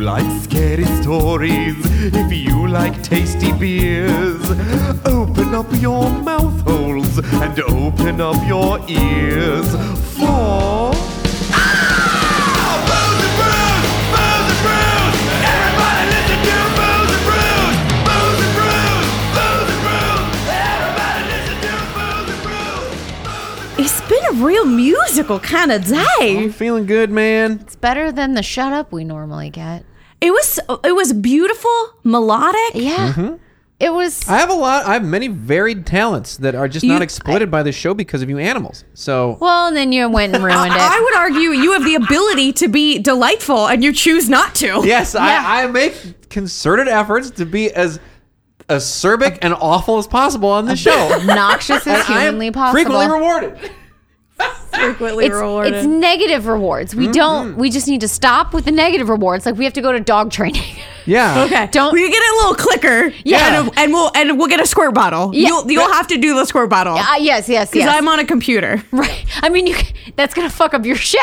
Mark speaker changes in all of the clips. Speaker 1: like scary stories, if you like tasty beers, open up your mouth holes and open up your ears for.
Speaker 2: It's been a real musical kind of day.
Speaker 3: Feeling good, man.
Speaker 4: It's better than the shut up we normally get.
Speaker 2: It was it was beautiful, melodic.
Speaker 4: Yeah.
Speaker 3: Mm-hmm.
Speaker 4: It was.
Speaker 3: I have a lot. I have many varied talents that are just
Speaker 2: You-
Speaker 3: not exploited by the show because of you animals. So
Speaker 4: well, and then you went and ruined it.
Speaker 2: I, I would argue you have the ability to be delightful and you choose not to.
Speaker 3: yes,
Speaker 4: Yeah.
Speaker 3: I, I make concerted efforts to be as acerbic and awful as possible on the show.
Speaker 4: Noxious as
Speaker 3: I am
Speaker 4: humanly possible.
Speaker 3: frequently rewarded.
Speaker 2: Frequently
Speaker 4: it's, it's negative rewards.
Speaker 3: Mm-hmm.
Speaker 4: We don't. We just need to stop with the negative rewards. Like we have to go to dog training.
Speaker 3: Yeah.
Speaker 2: Okay.
Speaker 4: Don't-
Speaker 2: we get a little clicker?
Speaker 4: Yeah.
Speaker 2: and, a- and we'll and we'll get a squirt bottle.
Speaker 4: Yeah.
Speaker 2: You'll you'll have to do the squirt bottle
Speaker 4: uh, yes, yes, yes.
Speaker 2: I'm on a computer.
Speaker 4: right. I mean, you, can- that's gonna fuck up your shit.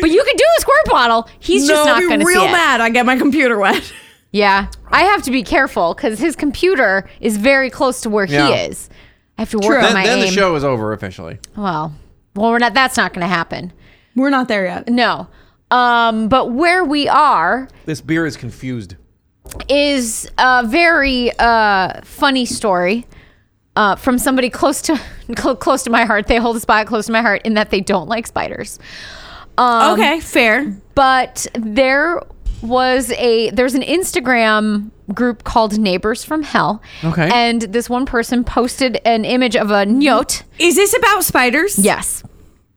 Speaker 4: But you can do the squirt bottle. He's just
Speaker 2: No,
Speaker 4: not
Speaker 2: I'd
Speaker 4: gonna
Speaker 2: be real
Speaker 4: see it.
Speaker 2: mad. I get my computer wet.
Speaker 4: Yeah, I have to be careful because his computer is very close to where
Speaker 3: Yeah.
Speaker 4: he is. I have to work on
Speaker 3: Then,
Speaker 4: my
Speaker 3: then
Speaker 4: aim.
Speaker 3: the show is over officially.
Speaker 4: Well, well, we're not. That's not gonna happen.
Speaker 2: We're not there yet.
Speaker 4: No. Um, but where we are
Speaker 3: This beer is confused.
Speaker 4: is a very uh, funny story uh, from somebody close to cl- close to my heart. They hold a spot close to my heart in that they don't like spiders. Um,
Speaker 2: okay, fair.
Speaker 4: but there was a there's an Instagram group called Neighbors from Hell.
Speaker 3: Okay.
Speaker 4: and this one person posted an image of a nyote.
Speaker 2: Is this about spiders?
Speaker 4: Yes,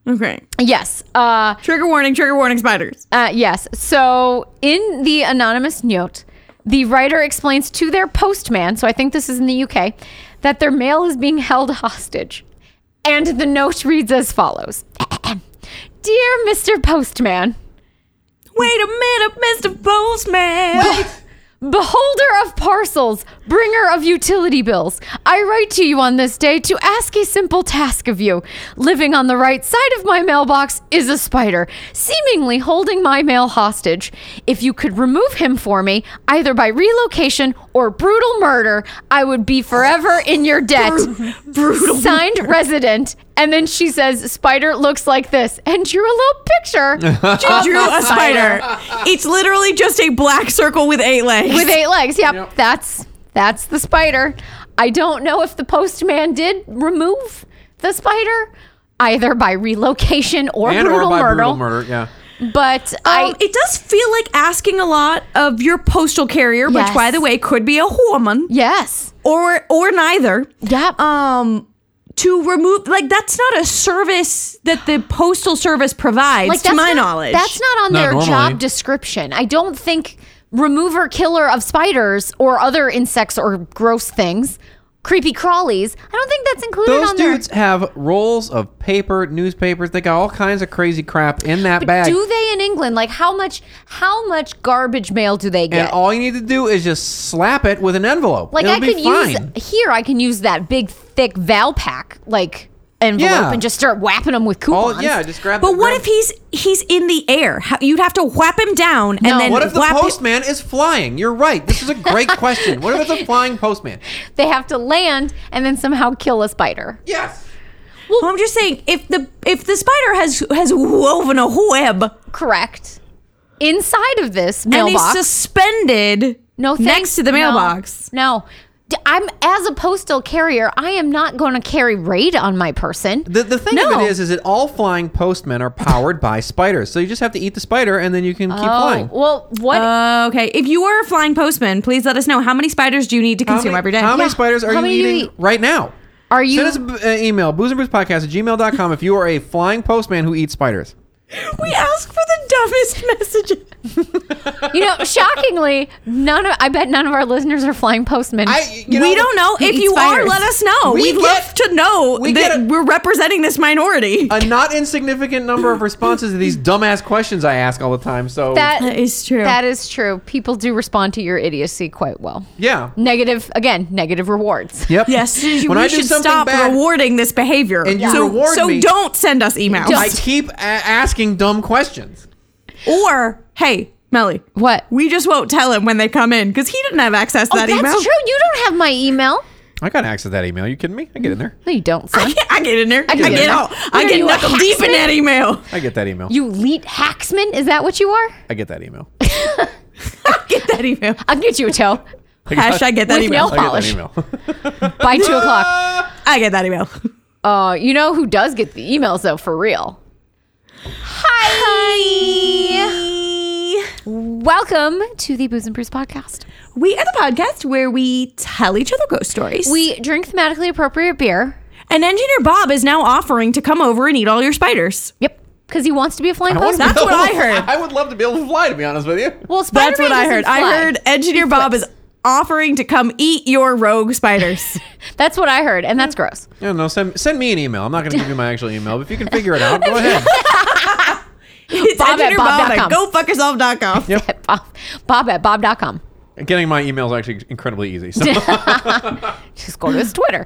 Speaker 2: Okay.
Speaker 4: yes. Uh,
Speaker 2: Trigger warning, trigger warning, spiders.
Speaker 4: Uh, yes. So in the anonymous note, the writer explains to their postman, so I think this is in the UK, that their mail is being held hostage. And the note reads as follows Dear Mr. Postman,
Speaker 2: Wait a minute, Mr. Postman.
Speaker 4: Beholder of parcels, bringer of utility bills, I write to you on this day to ask a simple task of you. Living on the right side of my mailbox is a spider, seemingly holding my mail hostage. If you could remove him for me, either by relocation or brutal murder, I would be forever in your debt.
Speaker 2: Brutal.
Speaker 4: Signed resident. And then she says, Spider looks like this, and drew a little picture
Speaker 2: She drew a spider. It's literally just a black circle with eight legs.
Speaker 4: with eight legs. Yep,
Speaker 3: Yep.
Speaker 4: that's that's the spider. I don't know if the postman did remove the spider either by relocation or,
Speaker 3: And
Speaker 4: brutal,
Speaker 3: or by
Speaker 4: murder,
Speaker 3: brutal murder. Yeah.
Speaker 4: But
Speaker 2: Um,
Speaker 4: I
Speaker 2: it does feel like asking a lot of your postal carrier, which,
Speaker 4: Yes.
Speaker 2: by the way, could be a woman
Speaker 4: yes,
Speaker 2: or or neither.
Speaker 4: Yep.
Speaker 2: Um, to remove like that's not a service that the postal service provides, to
Speaker 4: that's
Speaker 2: my
Speaker 4: not-
Speaker 2: knowledge.
Speaker 4: that's not on
Speaker 3: Not
Speaker 4: their
Speaker 3: normally.
Speaker 4: job description. I don't think remover killer of spiders or other insects or gross things, creepy crawlies. I don't think that's included
Speaker 3: Those
Speaker 4: on their.
Speaker 3: dudes have rolls of paper, newspapers. They got all kinds of crazy crap in that bag.
Speaker 4: do they in England like how much how much garbage mail do they
Speaker 3: and
Speaker 4: get?
Speaker 3: all you need to do is just slap it with an envelope.
Speaker 4: Like
Speaker 3: It'll
Speaker 4: I
Speaker 3: be
Speaker 4: could
Speaker 3: fine.
Speaker 4: use here. I can use that big thick Val pack like envelope
Speaker 3: Yeah.
Speaker 4: and just start whapping them with coupons.
Speaker 3: All, yeah, just grab.
Speaker 2: but what
Speaker 3: grab-
Speaker 2: if he's he's in the air? How, you'd have to whap him down
Speaker 4: No.
Speaker 2: and then
Speaker 3: What if the
Speaker 2: whap him-
Speaker 3: postman is flying? You're right. This is a great question. What if it's a flying postman?
Speaker 4: they have to land and then somehow kill a spider.
Speaker 3: Yes.
Speaker 2: Well, I'm just saying if the if the spider has has woven a web
Speaker 4: Correct. Inside of this
Speaker 2: and is
Speaker 4: mailbox,
Speaker 2: suspended
Speaker 4: no thanks.
Speaker 2: next to the
Speaker 4: No.
Speaker 2: mailbox.
Speaker 4: No, D- I'm as a postal carrier. I am not going to carry raid on my person.
Speaker 3: The, the thing
Speaker 4: No.
Speaker 3: of it is, is that all flying postmen are powered by spiders. So you just have to eat the spider, and then you can keep
Speaker 4: oh
Speaker 3: flying.
Speaker 4: well, what?
Speaker 2: Uh, okay. If you were a flying postman, please let us know how many spiders do you need to
Speaker 3: How
Speaker 2: consume
Speaker 3: many-
Speaker 2: every day.
Speaker 3: How many
Speaker 4: Yeah.
Speaker 3: spiders are
Speaker 4: How
Speaker 3: you
Speaker 4: many do you
Speaker 3: eating
Speaker 4: eat?
Speaker 3: right now?
Speaker 4: Are you?
Speaker 3: Send us an uh, email, boozeandbrewspodcast at gmail.com if you are a flying postman who eats spiders.
Speaker 2: We ask for the dumbest messages.
Speaker 4: you know, shockingly, none of. I bet none of our listeners are flying postmen.
Speaker 3: I, you know,
Speaker 2: we don't know.
Speaker 4: who
Speaker 2: If
Speaker 4: eats
Speaker 2: you are,
Speaker 4: spiders?
Speaker 2: let us know.
Speaker 3: We
Speaker 2: We would
Speaker 3: get-
Speaker 2: love to know
Speaker 3: we
Speaker 2: that
Speaker 3: get a- Uh,
Speaker 2: we're representing this minority.
Speaker 3: A not insignificant number of responses to these dumbass questions I ask all the time. So
Speaker 4: that,
Speaker 2: That is true.
Speaker 4: That is true. People do respond to your idiocy quite well.
Speaker 3: yeah,
Speaker 4: Negative again, negative rewards.
Speaker 3: yep,
Speaker 2: yes, you-
Speaker 3: When
Speaker 2: we
Speaker 3: I do
Speaker 2: should
Speaker 3: something
Speaker 2: stop
Speaker 3: bad-
Speaker 2: rewarding this behavior.
Speaker 3: And you
Speaker 2: so,
Speaker 3: reward
Speaker 2: so
Speaker 3: me.
Speaker 2: don't send us emails.
Speaker 3: I keep a- asking dumb questions.
Speaker 2: or hey, Melly.
Speaker 4: What?
Speaker 2: We just won't tell him when they come in because he didn't have access to
Speaker 4: Oh,
Speaker 2: that
Speaker 4: that's
Speaker 2: email.
Speaker 4: true. You don't have my email.
Speaker 3: I got access to that email. You kidding me? I get in there.
Speaker 4: No, you don't, son.
Speaker 2: I get, I get in there. I
Speaker 4: get
Speaker 2: get,
Speaker 4: in there.
Speaker 2: out. I
Speaker 4: Are
Speaker 2: get
Speaker 4: you a
Speaker 2: knuckle deep in that email.
Speaker 3: I get that email.
Speaker 4: You leet hacksman? Is that what you are?
Speaker 3: I get that email.
Speaker 2: Get that email.
Speaker 4: I'll get you a toe.
Speaker 2: Hashtag get that
Speaker 4: With
Speaker 2: email.
Speaker 4: nail-
Speaker 3: I get that
Speaker 4: Polish.
Speaker 3: email.
Speaker 4: by two o'clock.
Speaker 2: I get that email.
Speaker 4: Uh, you know who does get the emails though, for real? Hi. Welcome to the Booze and Brews podcast.
Speaker 2: We are the podcast where we tell each other ghost stories.
Speaker 4: We drink thematically appropriate beer.
Speaker 2: and engineer Bob is now offering to come over and eat all your spiders.
Speaker 4: Yep. Because he wants to be a flying
Speaker 3: wanna
Speaker 4: postman.
Speaker 2: That's what I heard.
Speaker 3: I would love to be able to fly, to be honest with you.
Speaker 4: Well, Spider-Man
Speaker 2: That's what I
Speaker 4: doesn't
Speaker 2: heard.
Speaker 4: fly.
Speaker 2: I heard engineer Bob is offering to come eat your rogue spiders.
Speaker 4: That's what I heard, and that's gross.
Speaker 3: Yeah, no, send, send me an email. I'm not going to give you my actual email, but if you can figure it out, go ahead.
Speaker 2: it's
Speaker 4: Bob at
Speaker 2: engineer Bob at
Speaker 4: bob.com.
Speaker 2: gofuckyourself.com.
Speaker 4: Bob, Ah, Bob at bob.com.
Speaker 3: Getting my email is actually incredibly easy. So
Speaker 4: Just go to his Twitter.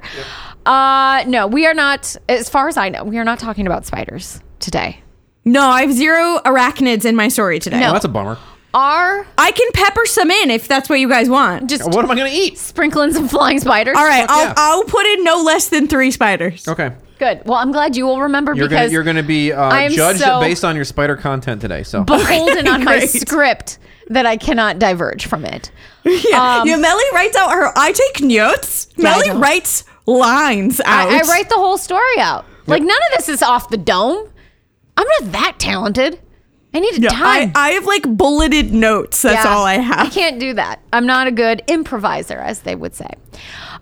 Speaker 4: Uh, no, we are not. As far as I know, we are not talking about spiders today.
Speaker 2: No, I have zero arachnids in my story today.
Speaker 3: Well, that's a bummer.
Speaker 4: Are
Speaker 2: I can pepper some in if that's what you guys want.
Speaker 4: just
Speaker 3: What am I going to eat?
Speaker 4: sprinkling some flying spiders.
Speaker 2: All right,
Speaker 3: Fuck
Speaker 2: I'll,
Speaker 3: yeah.
Speaker 2: I'll put in no less than three spiders.
Speaker 3: Okay.
Speaker 4: Good. Well, I'm glad you will remember
Speaker 3: You're going
Speaker 4: because
Speaker 3: to you're gonna be
Speaker 4: I
Speaker 3: uh,
Speaker 4: am
Speaker 3: judged
Speaker 4: so-
Speaker 3: based on your spider content today. So
Speaker 4: beholden on my
Speaker 2: Great.
Speaker 4: script that I cannot diverge from it.
Speaker 2: Yeah,
Speaker 4: Um,
Speaker 2: yeah, Melly writes out her. I take notes.
Speaker 4: I
Speaker 2: Melly
Speaker 4: don't.
Speaker 2: writes lines out.
Speaker 4: I, I write the whole story out. Like none of this is off the dome. I'm not that talented. I need
Speaker 2: Yeah,
Speaker 4: time.
Speaker 2: I, I have like bulleted notes. That's
Speaker 4: Yeah.
Speaker 2: all I have.
Speaker 4: I can't do that. I'm not a good improviser, as they would say.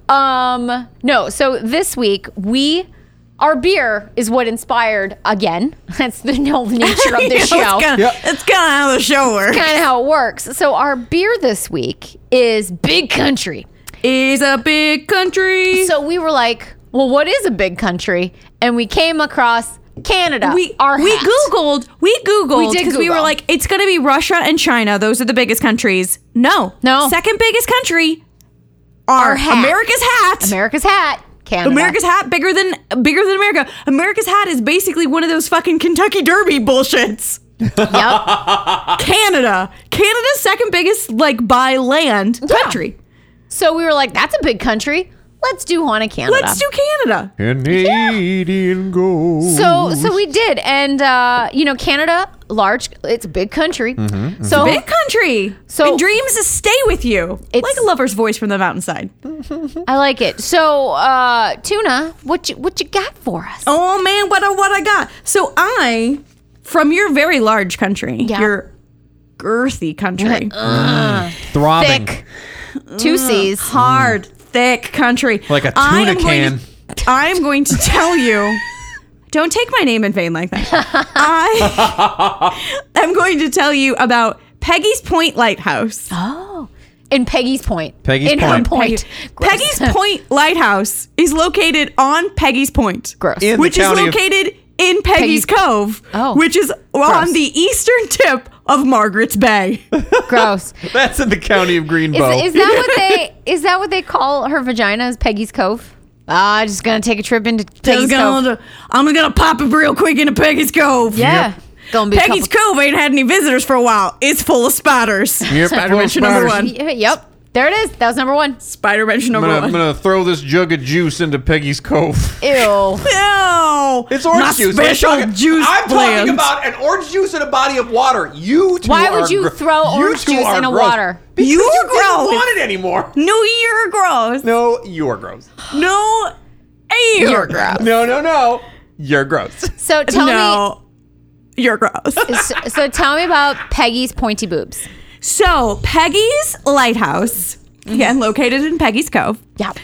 Speaker 4: Um, no. So this week we. Our beer is what inspired again. That's the whole nature of this
Speaker 2: You know,
Speaker 4: show.
Speaker 2: It's kind of how the show works.
Speaker 4: kind of how it works. So our beer this week is Big Country.
Speaker 2: Is a big country.
Speaker 4: So we were like, well, what is a big country? And we came across Canada.
Speaker 2: we
Speaker 4: our
Speaker 2: we
Speaker 4: hat.
Speaker 2: googled we googled
Speaker 4: We did
Speaker 2: because we, were
Speaker 4: Google.
Speaker 2: like it's gonna be Russia and China those are the biggest countries no
Speaker 4: No.
Speaker 2: second biggest country are
Speaker 4: Our hat.
Speaker 2: America's hat
Speaker 4: America's hat. Canada.
Speaker 2: America's hat bigger than bigger than America America's hat is basically one of those fucking Kentucky Derby bullshits
Speaker 4: Yep.
Speaker 2: Canada Canada's second biggest like by land country
Speaker 4: so we were like, that's a big country. Let's do Haunted Canada.
Speaker 2: let's do Canada
Speaker 3: Canadian gold.
Speaker 4: so so we did, and uh, you know Canada, large, it's a big country.
Speaker 3: Mm-hmm,
Speaker 4: So
Speaker 2: big country
Speaker 4: So-
Speaker 2: so and dreams stay with you
Speaker 4: It's-
Speaker 2: like a lover's voice from the mountainside
Speaker 4: I like it. So uh, tuna, what you what you got for us?
Speaker 2: Oh man, what a what I got. So I, from your very large country,
Speaker 4: Yeah. Uh-huh.
Speaker 2: your girthy country,
Speaker 3: Throbbing.
Speaker 4: thick, Mm. two C's.
Speaker 2: hard, thick country,
Speaker 3: Like a
Speaker 2: I
Speaker 3: tuna
Speaker 2: am going
Speaker 3: can.
Speaker 2: to- I'm going to tell you. Don't take my name in vain like that. I am going to tell you about Peggy's Point Lighthouse.
Speaker 4: Oh, in Peggy's Point.
Speaker 3: Peggy's
Speaker 4: in
Speaker 3: Point.
Speaker 4: her Oh, point. Gross.
Speaker 2: Peggy's Point Lighthouse is located on Peggy's Point.
Speaker 4: Gross.
Speaker 3: In the
Speaker 2: which is
Speaker 3: county of-
Speaker 2: located in Peggy's,
Speaker 4: Peggy's-
Speaker 2: Cove,
Speaker 4: Oh.
Speaker 2: which is
Speaker 4: Gross.
Speaker 2: on the eastern tip of Margaret's Bay.
Speaker 4: Gross.
Speaker 3: That's in the county of Greenbow.
Speaker 4: Is, is that what they is that what they call her vagina? Is Peggy's Cove? Ah, just gonna take a trip into Peggy's
Speaker 2: Just
Speaker 4: Cove.
Speaker 2: gonna- I'm gonna pop it real quick into Peggy's Cove.
Speaker 4: yeah,
Speaker 3: Yep.
Speaker 4: gonna be a
Speaker 2: Peggy's
Speaker 4: couple-
Speaker 2: Cove ain't had any visitors for a while. It's full of spiders.
Speaker 3: Yep,
Speaker 2: Spider
Speaker 3: full of
Speaker 2: mention number
Speaker 3: spiders.
Speaker 2: one.
Speaker 4: Y- Yep, there it is. That was number one.
Speaker 2: Spider mention
Speaker 3: I'm
Speaker 2: number
Speaker 3: gonna, I'm
Speaker 2: one.
Speaker 3: gonna throw this jug of juice into Peggy's cove.
Speaker 4: Ew.
Speaker 2: No,
Speaker 3: It's orange
Speaker 2: My
Speaker 3: juice.
Speaker 2: Special
Speaker 3: I'm talking-
Speaker 2: juice
Speaker 3: I'm
Speaker 2: blend.
Speaker 3: talking about an orange juice in a body of water. You two
Speaker 4: Why would
Speaker 3: are
Speaker 4: you
Speaker 3: gr-
Speaker 4: throw
Speaker 3: you
Speaker 4: orange
Speaker 3: two
Speaker 4: juice
Speaker 3: are
Speaker 4: in a
Speaker 3: gross.
Speaker 4: water?
Speaker 3: Because
Speaker 2: You're
Speaker 3: you didn't
Speaker 2: gross.
Speaker 3: want it anymore.
Speaker 2: No, you're gross.
Speaker 3: No, you are gross.
Speaker 2: No, you're, gross.
Speaker 3: No, no, no. You're gross.
Speaker 4: So tell
Speaker 2: no, you're gross.
Speaker 4: me. So, so tell me about Peggy's pointy boobs.
Speaker 2: So Peggy's Lighthouse,
Speaker 4: Mm-hmm.
Speaker 2: again located in Peggy's Cove,
Speaker 4: Yeah.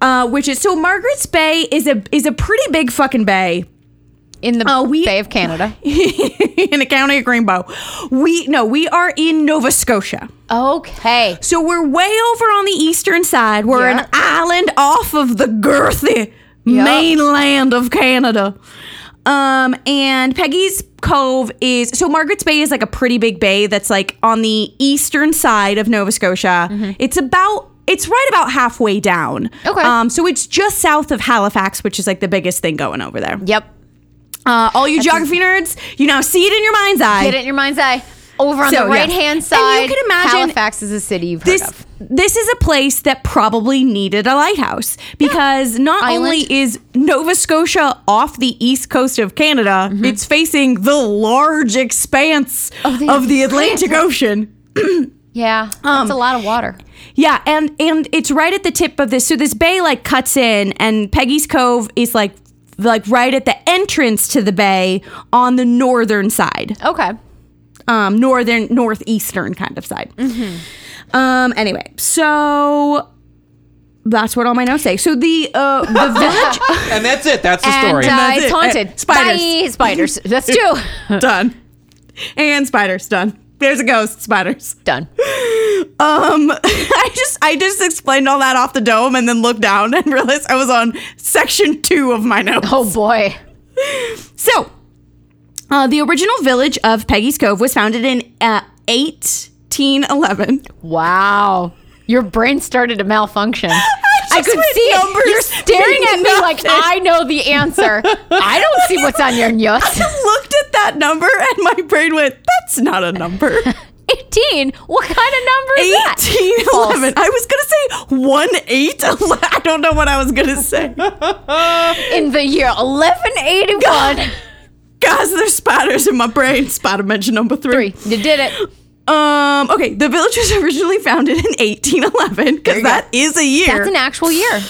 Speaker 2: uh, which is so Margaret's Bay is a is a pretty big fucking bay.
Speaker 4: In the
Speaker 2: Oh, we-
Speaker 4: Bay of Canada.
Speaker 2: in the county of Greenbow. We no, we are in Nova Scotia.
Speaker 4: Okay.
Speaker 2: So we're way over on the eastern side. We're
Speaker 4: Yeah.
Speaker 2: an island off of the girthy
Speaker 4: Yeah.
Speaker 2: mainland of Canada. Um, and Peggy's Cove is so Margaret's Bay is like a pretty big bay that's like on the eastern side of Nova Scotia. It's about it's right about halfway down.
Speaker 4: Mm-hmm. Okay.
Speaker 2: Um, so it's just south of Halifax, which is like the biggest thing going over there.
Speaker 4: Yep.
Speaker 2: Uh, all you geography nerds, you now see it in your mind's eye.
Speaker 4: Get it in your mind's eye. over on
Speaker 2: So,
Speaker 4: the
Speaker 2: yeah.
Speaker 4: right hand side.
Speaker 2: And you can imagine
Speaker 4: Halifax is a city you've heard
Speaker 2: this
Speaker 4: of.
Speaker 2: this is a place that probably needed a lighthouse because not
Speaker 4: Island.
Speaker 2: only is Nova Scotia off the east coast of Canada, it's facing the large expanse
Speaker 4: Mm-hmm. Of the
Speaker 2: of the Atlantic Ocean.
Speaker 4: Yeah, it's
Speaker 2: um,
Speaker 4: a lot of water.
Speaker 2: Yeah, and and it's right at the tip of this. So this bay like cuts in, and Peggy's Cove is like like right at the entrance to the bay on the northern side,
Speaker 4: Okay.
Speaker 2: um, northern northeastern kind of side. Um, anyway, so that's what all my notes say. So the uh, the village
Speaker 3: And that's it. That's the
Speaker 4: And,
Speaker 3: story.
Speaker 4: uh,
Speaker 2: that's
Speaker 4: it's
Speaker 2: it. Uh,
Speaker 4: haunted.
Speaker 2: spiders.
Speaker 4: Bye, spiders. That's two.
Speaker 2: done, and spiders done. There's a ghost, spiders.
Speaker 4: Done.
Speaker 2: Um, I just I just explained all that off the dome and then looked down and realized I was on section two of my notes.
Speaker 4: Oh boy.
Speaker 2: So, uh, the original village of Peggy's Cove was founded in uh, 1811.
Speaker 4: Wow. Your brain started to malfunction. I could
Speaker 2: went
Speaker 4: see it.
Speaker 2: numbers
Speaker 4: You're staring at me
Speaker 2: mean
Speaker 4: like
Speaker 2: nothing.
Speaker 4: I know the answer. I don't see what's on your notes.
Speaker 2: I looked at that number and my brain went, "That's not a number."
Speaker 4: 18. What kind of number is that?
Speaker 2: 1811. I was gonna say one eight. I don't know what I was gonna say.
Speaker 4: In the year 1181.
Speaker 2: Guys, there's spiders in my brain. Spider mention number
Speaker 4: Three. You did it.
Speaker 2: Um. Okay. The village was originally founded in 1811 because that is a year.
Speaker 4: That's an actual year.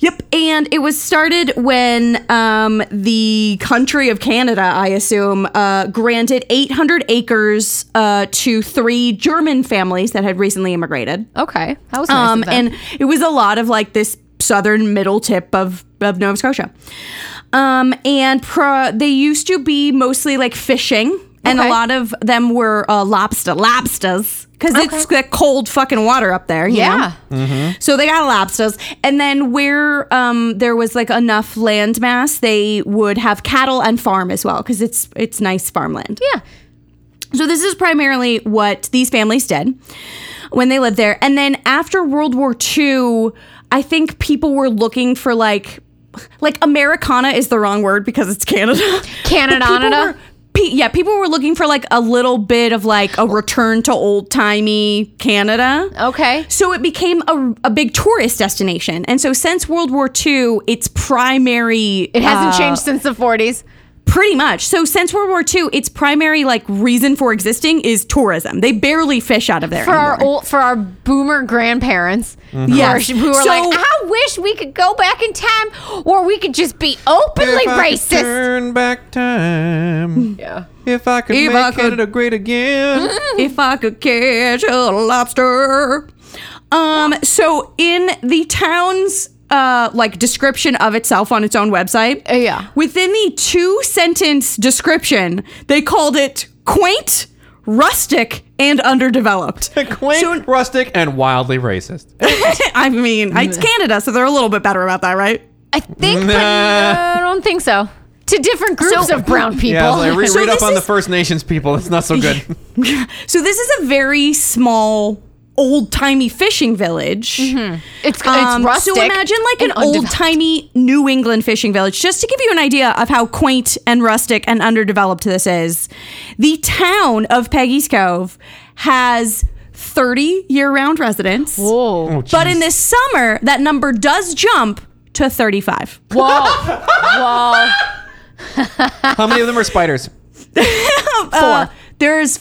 Speaker 2: yep. And it was started when um the country of Canada, I assume, uh, granted 800 acres uh to three German families that had recently immigrated.
Speaker 4: Okay. That was nice
Speaker 2: Um.
Speaker 4: of them.
Speaker 2: And it was a lot of like this southern middle tip of of Nova Scotia. Um. And pro- they used to be mostly like fishing. And a
Speaker 4: Okay.
Speaker 2: lot of them were uh, lobster, lobsters, because it's the cold fucking water up there. you know?
Speaker 4: yeah.
Speaker 2: So they got lobsters, and then where um, there was like enough land mass, they would have cattle and farm as well because it's it's nice farmland.
Speaker 4: Yeah.
Speaker 2: So this is primarily what these families did when they lived there, and then after World War II, I think people were looking for like like Americana is the wrong word because it's Canada.
Speaker 4: Canada.
Speaker 2: But people were- pe- yeah, people were looking for like a little bit of like a return to old timey Canada.
Speaker 4: Okay.
Speaker 2: So it became a, a big tourist destination. And so since World War II, it's primary.
Speaker 4: It hasn't
Speaker 2: uh,
Speaker 4: changed since the 40s.
Speaker 2: Pretty much. So since World War II, its primary like reason for existing is tourism. They barely fish out of there.
Speaker 4: for our
Speaker 2: anymore.
Speaker 4: old, for our boomer grandparents
Speaker 3: Mm-hmm.
Speaker 2: Yes.
Speaker 4: who are, who are
Speaker 2: So-
Speaker 4: like i wish we could go back in time or we could just be openly
Speaker 3: If I could
Speaker 4: racist
Speaker 3: turn back time.
Speaker 4: yeah
Speaker 3: If I could
Speaker 2: If
Speaker 3: make
Speaker 2: I could-
Speaker 3: Canada great again.
Speaker 2: if I could catch a lobster. Um, so in the town's uh like description of itself on its own website.
Speaker 4: Uh, yeah.
Speaker 2: Within the two sentence description, they called it quaint, rustic, and underdeveloped.
Speaker 3: Quaint,
Speaker 2: So-
Speaker 3: rustic, and wildly racist.
Speaker 2: I mean, it's Canada, so they're a little bit better about that, right?
Speaker 4: i think but
Speaker 3: Nah.
Speaker 4: i don't think so to different groups of brown people
Speaker 3: Yeah, I was like, re-
Speaker 2: So
Speaker 3: read up
Speaker 2: this
Speaker 3: on the
Speaker 2: is-
Speaker 3: First Nations people. It's not so good.
Speaker 2: So this is a very small, old timey fishing village.
Speaker 4: Mm-hmm. it's,
Speaker 2: Um,
Speaker 4: it's rustic
Speaker 2: So imagine like an
Speaker 4: and undeveloped.
Speaker 2: old timey New England fishing village. Just to give you an idea of how quaint and rustic and underdeveloped this is, the town of Peggy's Cove has 30 year round residents.
Speaker 4: whoa
Speaker 2: But in this summer, that number does jump to 35.
Speaker 4: whoa
Speaker 3: Oh,
Speaker 4: whoa
Speaker 3: How many of them are spiders?
Speaker 2: Four. Uh, There's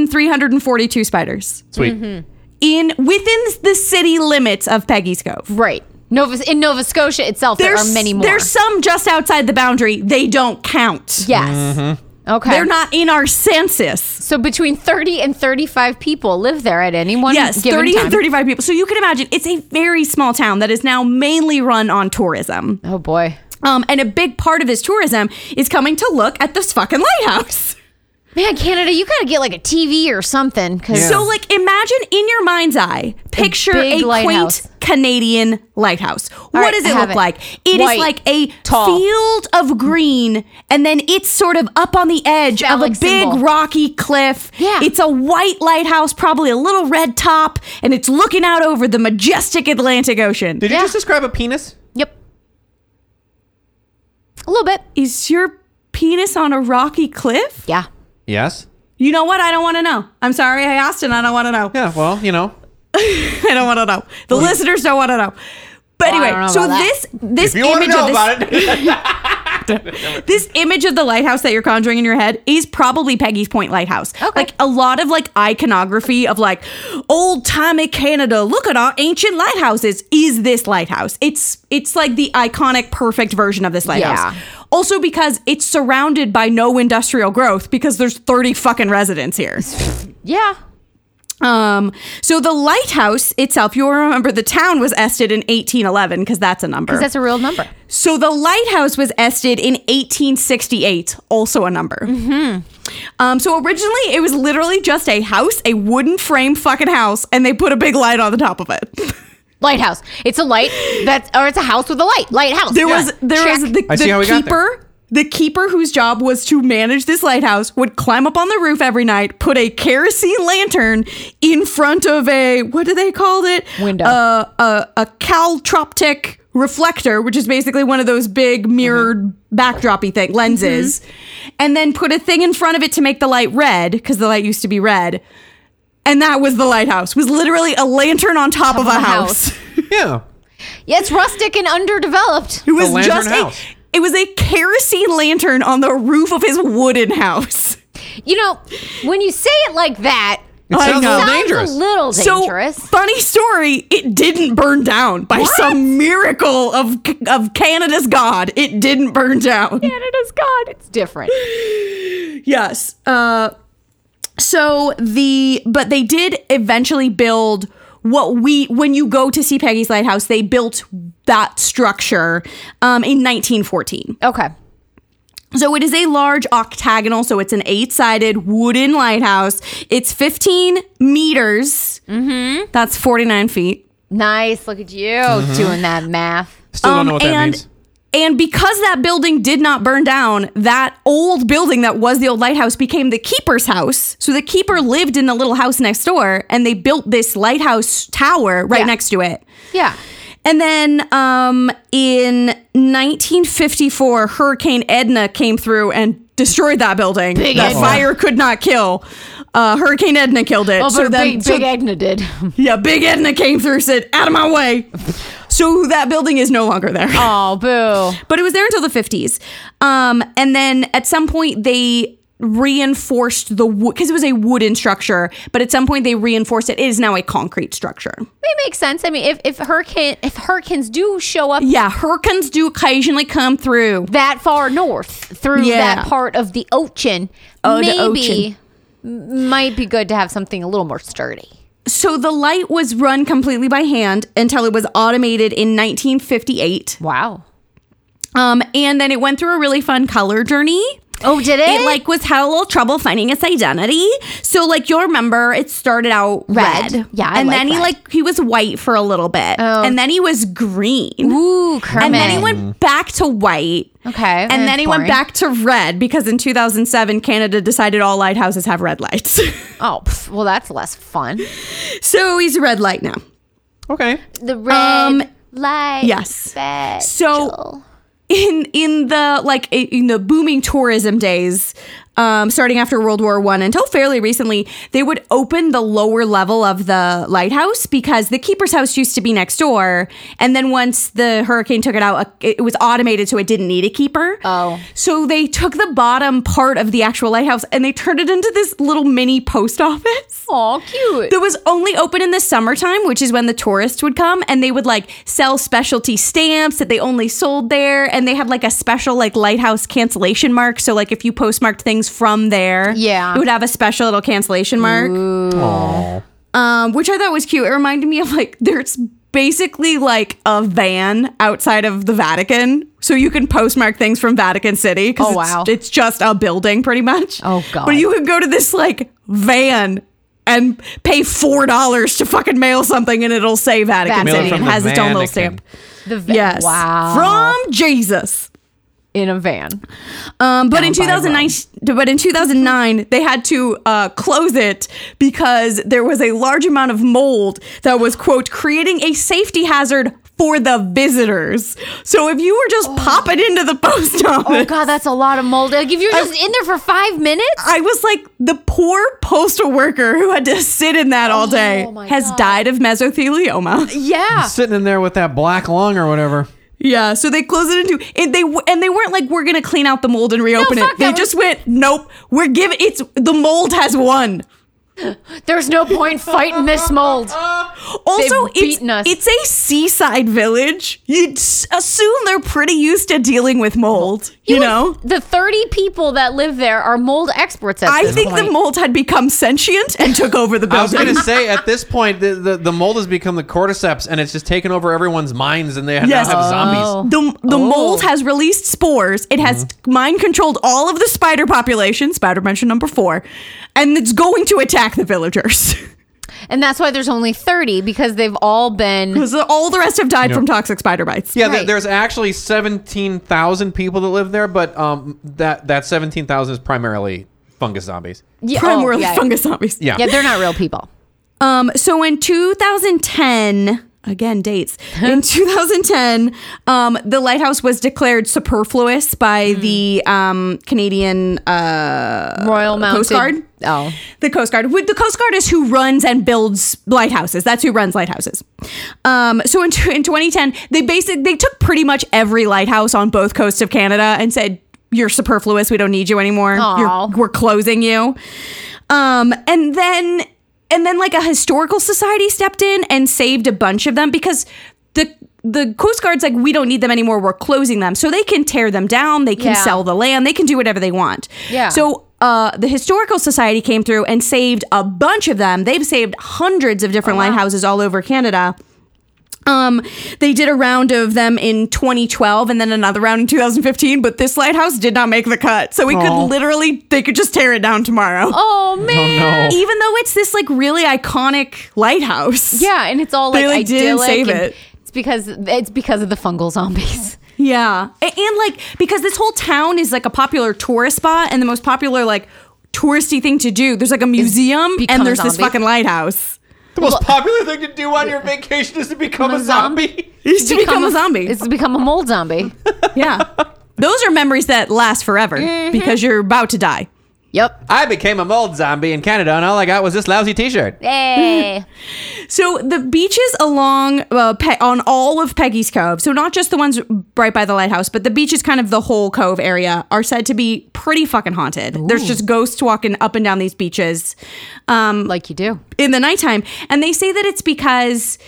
Speaker 2: 5,342 spiders
Speaker 3: Sweet.
Speaker 4: Mm-hmm.
Speaker 2: in within the city limits of Peggy's Cove.
Speaker 4: right nova in nova scotia itself there are many more
Speaker 2: There's some just outside the boundary. They don't count.
Speaker 4: yes
Speaker 3: Mm-hmm.
Speaker 4: okay
Speaker 2: They're not in our census.
Speaker 4: so between 30 and 35 people live there at any one
Speaker 2: Yes,
Speaker 4: given
Speaker 2: 30
Speaker 4: time.
Speaker 2: and 35 people. So you can imagine it's a very small town that is now mainly run on tourism.
Speaker 4: oh boy
Speaker 2: Um, and a big part of this tourism is coming to look at this fucking lighthouse.
Speaker 4: Man, Canada, you gotta get like a TV or something. Cause
Speaker 3: Yeah.
Speaker 2: So, like, imagine in your mind's eye, picture a,
Speaker 4: big
Speaker 2: quaint
Speaker 4: lighthouse.
Speaker 2: Canadian lighthouse. what
Speaker 4: right,
Speaker 2: does
Speaker 4: I
Speaker 2: it
Speaker 4: have
Speaker 2: look
Speaker 4: it.
Speaker 2: like? It is
Speaker 4: White,
Speaker 2: like a
Speaker 4: tall.
Speaker 2: field of green, and then it's sort of up on the edge
Speaker 4: Phallic
Speaker 2: of a big
Speaker 4: symbol.
Speaker 2: rocky cliff.
Speaker 4: Yeah.
Speaker 2: It's a white lighthouse, probably a little red top, and it's looking out over the majestic Atlantic Ocean.
Speaker 3: Did you
Speaker 4: Yeah.
Speaker 3: just describe a penis?
Speaker 4: yep, a little bit.
Speaker 2: Is your penis on a rocky cliff?
Speaker 4: Yeah,
Speaker 3: Yes.
Speaker 2: You know what? I don't want to know. I'm sorry I asked and I don't want to know.
Speaker 3: Yeah, well, you know.
Speaker 2: I don't want to know. The listeners don't want to know. But
Speaker 4: I
Speaker 2: anyway,
Speaker 4: don't know
Speaker 2: so
Speaker 4: about that.
Speaker 2: this this
Speaker 1: If you want to
Speaker 2: image
Speaker 1: know
Speaker 2: of this,
Speaker 1: about it,
Speaker 2: this image of the lighthouse that you're conjuring in your head is probably Peggy's Point Lighthouse.
Speaker 4: Okay.
Speaker 2: Like a lot of like iconography of like old timey Canada. Look at our ancient lighthouses. Is this lighthouse? It's it's like the iconic perfect version of this lighthouse.
Speaker 4: Yeah.
Speaker 2: Also because it's surrounded by no industrial growth because there's 30 fucking residents here.
Speaker 4: Yeah.
Speaker 2: Um, so the lighthouse itself, you'll remember the town was ested in 1811 because that's a number.
Speaker 4: Because that's a real number.
Speaker 2: so the lighthouse was ested in 1868, also a number. Um, so originally it was literally just a house, a wooden frame fucking house, and they put a big light on the top of it.
Speaker 4: Lighthouse. It's a light that, or it's a house with a light. Lighthouse.
Speaker 2: There
Speaker 4: Yeah.
Speaker 2: was there
Speaker 4: Check.
Speaker 2: was the,
Speaker 3: I see
Speaker 2: the
Speaker 3: how we got there.
Speaker 2: keeper. The keeper whose job was to manage this lighthouse would climb up on the roof every night, put a kerosene lantern in front of a what do they call it?
Speaker 4: Window.
Speaker 2: Uh, a a caltroptic reflector, which is basically one of those big mirrored backdroppy thing lenses, and then put a thing in front of it to make the light red because the light used to be red. And that was the lighthouse. Was literally a lantern on top, of a house.
Speaker 3: Yeah.
Speaker 4: Yeah, it's rustic and underdeveloped.
Speaker 2: It was
Speaker 3: lantern
Speaker 2: just
Speaker 3: house.
Speaker 2: A, it was a kerosene lantern on the roof of his wooden house.
Speaker 4: You know, when you say it like that,
Speaker 3: It
Speaker 2: I
Speaker 3: sounds a
Speaker 2: know.
Speaker 3: little
Speaker 4: sounds
Speaker 3: dangerous.
Speaker 4: a little dangerous.
Speaker 2: So funny story, it didn't burn down by some miracle of of Canada's god. It didn't burn down.
Speaker 4: Canada's God. It's different.
Speaker 2: Yes. Uh, so the but they did eventually build what we when you go to see Peggy's Lighthouse, they built that structure um, in 1914.
Speaker 4: Okay.
Speaker 2: So it is a large octagonal, so it's an eight sided wooden lighthouse. It's 15 meters. Mm-hmm. That's 49 feet.
Speaker 4: Nice. Look at you
Speaker 2: Mm-hmm.
Speaker 4: doing that math.
Speaker 3: Still don't
Speaker 2: Um,
Speaker 3: know what that
Speaker 2: and
Speaker 3: means.
Speaker 2: and because that building did not burn down, that old building that was the old lighthouse became the keeper's house. So the keeper lived in the little house next door, and they built this lighthouse tower right
Speaker 4: Yeah.
Speaker 2: next to it.
Speaker 4: Yeah.
Speaker 2: And then um, in 1954, Hurricane Edna came through and destroyed that building.
Speaker 4: Big
Speaker 2: that
Speaker 4: Edna.
Speaker 2: fire could not kill. Uh, Hurricane Edna killed it.
Speaker 4: Oh, but
Speaker 2: so then,
Speaker 4: big,
Speaker 2: so-
Speaker 4: big Edna did.
Speaker 2: yeah, Big Edna came through, said, "Out of my way." so that building is no longer there.
Speaker 4: oh, boo.
Speaker 2: But it was there until the 50s. Um, and then at some point they reinforced the wood because it was a wooden structure. But at some point they reinforced it. It is now a concrete structure.
Speaker 4: It makes sense. I mean, if if hurricane if hurricanes do show up
Speaker 2: Yeah, hurricanes do occasionally come through.
Speaker 4: that far north through
Speaker 2: Yeah.
Speaker 4: that part of the ocean,
Speaker 2: Oh, the
Speaker 4: maybe m- might be good to have something a little more sturdy.
Speaker 2: So the light was run completely by hand until it was automated in 1958.
Speaker 4: Wow.
Speaker 2: Um, and then it went through a really fun color journey.
Speaker 4: Oh, did it?
Speaker 2: It like was had a little trouble finding its identity. So like you'll remember, it started out red,
Speaker 4: Red. Yeah, I
Speaker 2: and
Speaker 4: like
Speaker 2: then he
Speaker 4: red.
Speaker 2: like he was white for a little bit,
Speaker 4: Oh.
Speaker 2: and then he was green,
Speaker 4: ooh, Kermit.
Speaker 2: and then he went back to white.
Speaker 4: Okay,
Speaker 2: and then
Speaker 4: that's
Speaker 2: he went
Speaker 4: boring.
Speaker 2: back to red because in 2007 Canada decided all lighthouses have red lights,
Speaker 4: Oh, pff, well, that's less fun.
Speaker 2: so he's a red light now.
Speaker 3: Okay.
Speaker 4: The red
Speaker 2: Um,
Speaker 4: light.
Speaker 2: yes.
Speaker 4: special.
Speaker 2: in in the like i- in the booming tourism days um, starting after world war one until fairly recently they would open the lower level of the lighthouse because the keeper's house used to be next door and then once the hurricane took it out uh, it it was automated so it didn't need a keeper
Speaker 4: Oh.
Speaker 2: so they took the bottom part of the actual lighthouse and they turned it into this little mini post office
Speaker 4: Aw, cute.
Speaker 2: that was only open in the summertime, which is when the tourists would come and they would like sell specialty stamps that they only sold there. And they had like a special like lighthouse cancellation mark. So like if you postmarked things from there,
Speaker 4: Yeah.
Speaker 2: it would have a special little cancellation mark,
Speaker 3: Aw.
Speaker 2: um, which I thought was cute. It reminded me of like there's basically like a van outside of the Vatican. So you can postmark things from Vatican City because
Speaker 4: Oh,
Speaker 2: it's,
Speaker 4: wow.
Speaker 2: it's just a building pretty much.
Speaker 4: Oh, God.
Speaker 2: But you could go to this like van and pay four dollars to fucking mail something and it'll say Vatican
Speaker 4: Vatican. Mail it
Speaker 2: City
Speaker 4: from
Speaker 2: and
Speaker 3: the
Speaker 2: has its own little
Speaker 3: Vatican.
Speaker 2: stamp.
Speaker 4: the va-
Speaker 2: Yes.
Speaker 4: Wow.
Speaker 2: From Jesus.
Speaker 4: in a van.
Speaker 2: Um, but in
Speaker 4: Down by
Speaker 2: 2009, but in 2009, they had to uh, close it because there was a large amount of mold that was quote creating a safety hazard for the visitors. So if you were just popping into the post office,
Speaker 4: Oh God, that's a lot of mold. Like if you're just in there for five minutes,
Speaker 2: I was like, the poor postal worker who had to sit in that all day
Speaker 4: Oh my
Speaker 2: has
Speaker 4: God.
Speaker 2: died of mesothelioma.
Speaker 4: yeah.
Speaker 3: Sitting in there with that black lung or whatever.
Speaker 2: Yeah, so they closed it into it. They w- and they weren't like we're gonna clean out the mold and reopen
Speaker 4: fuck
Speaker 2: it. They
Speaker 4: that.
Speaker 2: just went, nope, we're giving it's the mold has won.
Speaker 4: There's no point fighting this mold.
Speaker 2: Uh, Also,
Speaker 4: They've
Speaker 2: it's
Speaker 4: beaten us.
Speaker 2: it's a seaside village. You'd s- assume they're pretty used to dealing with mold, you,
Speaker 4: would-
Speaker 2: know.
Speaker 4: the 30 people that live there are mold experts at
Speaker 2: I
Speaker 4: this
Speaker 2: think
Speaker 4: point.
Speaker 2: the mold had become sentient and took over the
Speaker 3: I was
Speaker 2: building.
Speaker 3: going to say at this point, the, the, the mold has become the cordyceps and it's just taken over everyone's minds and they
Speaker 2: Yes.
Speaker 4: Oh.
Speaker 3: now have
Speaker 4: Mm-hmm.
Speaker 3: zombies.
Speaker 2: The, the mold has released spores. It has mind controlled all of the spider population, spider mention number four, and it's going to attack the villagers.
Speaker 4: and that's why there's only 30 because they've all been
Speaker 2: Because all the rest have died from toxic spider bites.
Speaker 3: Yeah, th-
Speaker 4: Right.
Speaker 3: there's actually 17,000 people that live there, but um, that, that 17,000 is primarily fungus zombies.
Speaker 4: yeah, Oh,
Speaker 2: Primarily
Speaker 4: yeah.
Speaker 2: fungus zombies.
Speaker 3: Yeah.
Speaker 4: Yeah, they're not real people.
Speaker 2: Um, so in 2010, again, dates. In 2010, um, the lighthouse was declared superfluous
Speaker 4: Mm-hmm.
Speaker 2: by the um, Canadian uh,
Speaker 4: Royal Mounted.
Speaker 2: Coast Guard.
Speaker 4: Oh.
Speaker 2: The Coast Guard. Who- The Coast Guard is who runs and builds lighthouses. That's who runs lighthouses. Um, so in, t- in 2010, they basically they took pretty much every lighthouse on both coasts of Canada and said, "You're superfluous. We don't need you anymore.
Speaker 4: Aw.
Speaker 2: You're- we're closing you." Um, and then and then like a historical society stepped in and saved a bunch of them because the the Coast Guard's like, we don't need them anymore. We're closing them, so they can tear them down. They can
Speaker 4: Yeah.
Speaker 2: sell the land. They can do whatever they want.
Speaker 4: Yeah.
Speaker 2: So uh, the Historical Society came through and saved a bunch of them. They've saved hundreds of
Speaker 4: Oh,
Speaker 2: different lighthouses all over Canada. Um, they did a round of them in 2012 and then another round in 2015, but this lighthouse did not make the cut. So we
Speaker 3: Aw.
Speaker 2: could literally, they could just tear it down tomorrow.
Speaker 4: Oh man.
Speaker 3: Oh, no.
Speaker 2: Even though it's this like really iconic lighthouse.
Speaker 4: Yeah, and it's all like
Speaker 2: They, like, didn't
Speaker 4: idyllic
Speaker 2: save
Speaker 4: and
Speaker 2: it.
Speaker 4: It's because it's because of the fungal zombies.
Speaker 2: Yeah. A- And, like because this whole town is like a popular tourist spot and the most popular like touristy thing to do. There's like a museum
Speaker 4: become
Speaker 2: and
Speaker 4: a
Speaker 2: there's this
Speaker 4: zombie.
Speaker 2: fucking lighthouse.
Speaker 3: The most popular thing to do on your vacation is to become a
Speaker 4: zombie.
Speaker 3: zombie.
Speaker 2: Is to become, a zombie.
Speaker 4: It's to become a mold zombie.
Speaker 2: yeah. Those are memories that last forever
Speaker 4: Mm-hmm.
Speaker 2: because you're about to die.
Speaker 4: yep.
Speaker 3: I became a mold zombie in Canada and all I got was this lousy t shirt.
Speaker 4: Hey.
Speaker 2: So the beaches along uh, Pe- on all of Peggy's Cove, so not just the ones right by the lighthouse, but the beaches, kind of the whole cove area, are said to be pretty fucking haunted. There's just ghosts walking up and down these beaches. Um,
Speaker 4: like you do.
Speaker 2: in the nighttime. And they say that it's because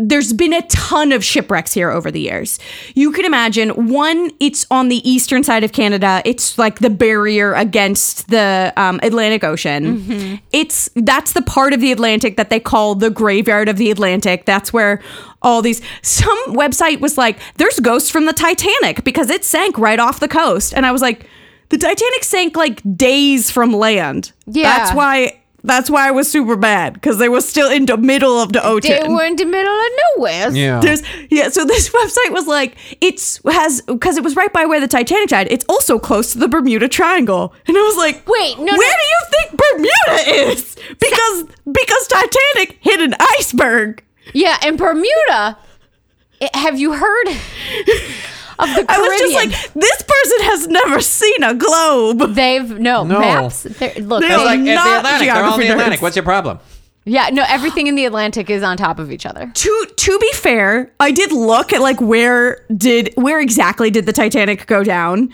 Speaker 2: there's been a ton of shipwrecks here over the years. You can imagine one, it's on the eastern side of Canada. It's like the barrier against the um, Atlantic Ocean. It's that's the part of the Atlantic that they call the graveyard of the Atlantic. That's where all these some website was like, there's ghosts from the Titanic because it sank right off the coast. And I was like, the Titanic sank like days from land.
Speaker 4: Yeah.
Speaker 2: That's why I that's why I was super bad because they were still in the middle of the
Speaker 4: They
Speaker 2: ocean.
Speaker 4: were in the middle of nowhere.
Speaker 3: Yeah.
Speaker 2: There's yeah, so this website was like it's has because it was right by where the Titanic died. It's also close to the Bermuda Triangle, and I was like,
Speaker 4: Wait, no, no.
Speaker 2: where do you think Bermuda is? Because because Titanic hit an iceberg.
Speaker 4: Yeah, and Bermuda. It- have you heard of the Caribbean?
Speaker 2: I was just like, this person has never seen a globe.
Speaker 4: They've no,
Speaker 3: No.
Speaker 4: maps. They're- Look,
Speaker 2: They're
Speaker 4: they-
Speaker 3: like, it's the
Speaker 2: not
Speaker 3: Atlantic. They're all
Speaker 2: geography
Speaker 3: in the Atlantic.
Speaker 2: nerds.
Speaker 3: What's your problem?
Speaker 4: yeah, no, everything in the Atlantic is on top of each other.
Speaker 2: to to be fair, I did look at like where did where exactly did the Titanic go down,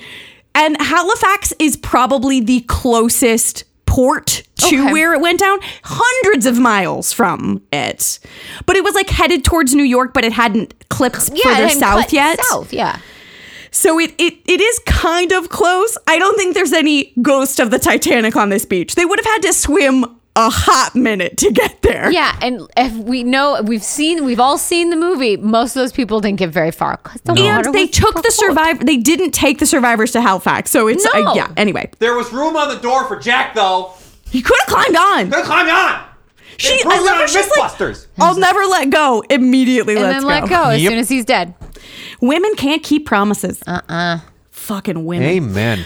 Speaker 2: and Halifax is probably the closest port to
Speaker 4: Okay.
Speaker 2: where it went down, hundreds of miles from it. But it was like headed towards New York, but it hadn't clipped
Speaker 4: Yeah,
Speaker 2: further
Speaker 4: and
Speaker 2: south
Speaker 4: cut
Speaker 2: yet.
Speaker 4: South, yeah.
Speaker 2: So it, it it is kind of close. I don't think there's any ghost of the Titanic on this beach. They would have had to swim a hot minute to get there.
Speaker 4: Yeah, and if we know we've seen we've all seen the movie. Most of those people didn't get very far 'cause the water
Speaker 2: And they
Speaker 4: was
Speaker 2: took the
Speaker 4: so cold.
Speaker 2: survivor. They didn't take the survivors to Halifax, so it's uh,
Speaker 4: No.
Speaker 2: yeah. Anyway,
Speaker 3: There was room on the door for Jack, though.
Speaker 2: you could have climbed on.
Speaker 3: Could've climbed on.
Speaker 2: She,
Speaker 3: broke
Speaker 2: I love
Speaker 3: out
Speaker 2: her.
Speaker 3: of
Speaker 2: She's like,
Speaker 3: Mythbusters.
Speaker 2: I'll never let go. Immediately,
Speaker 4: and
Speaker 2: let's
Speaker 4: then
Speaker 2: go.
Speaker 4: let go as
Speaker 3: Yep.
Speaker 4: soon as he's dead. Uh-uh.
Speaker 2: Women can't keep promises. Uh uh Fucking women.
Speaker 3: Amen.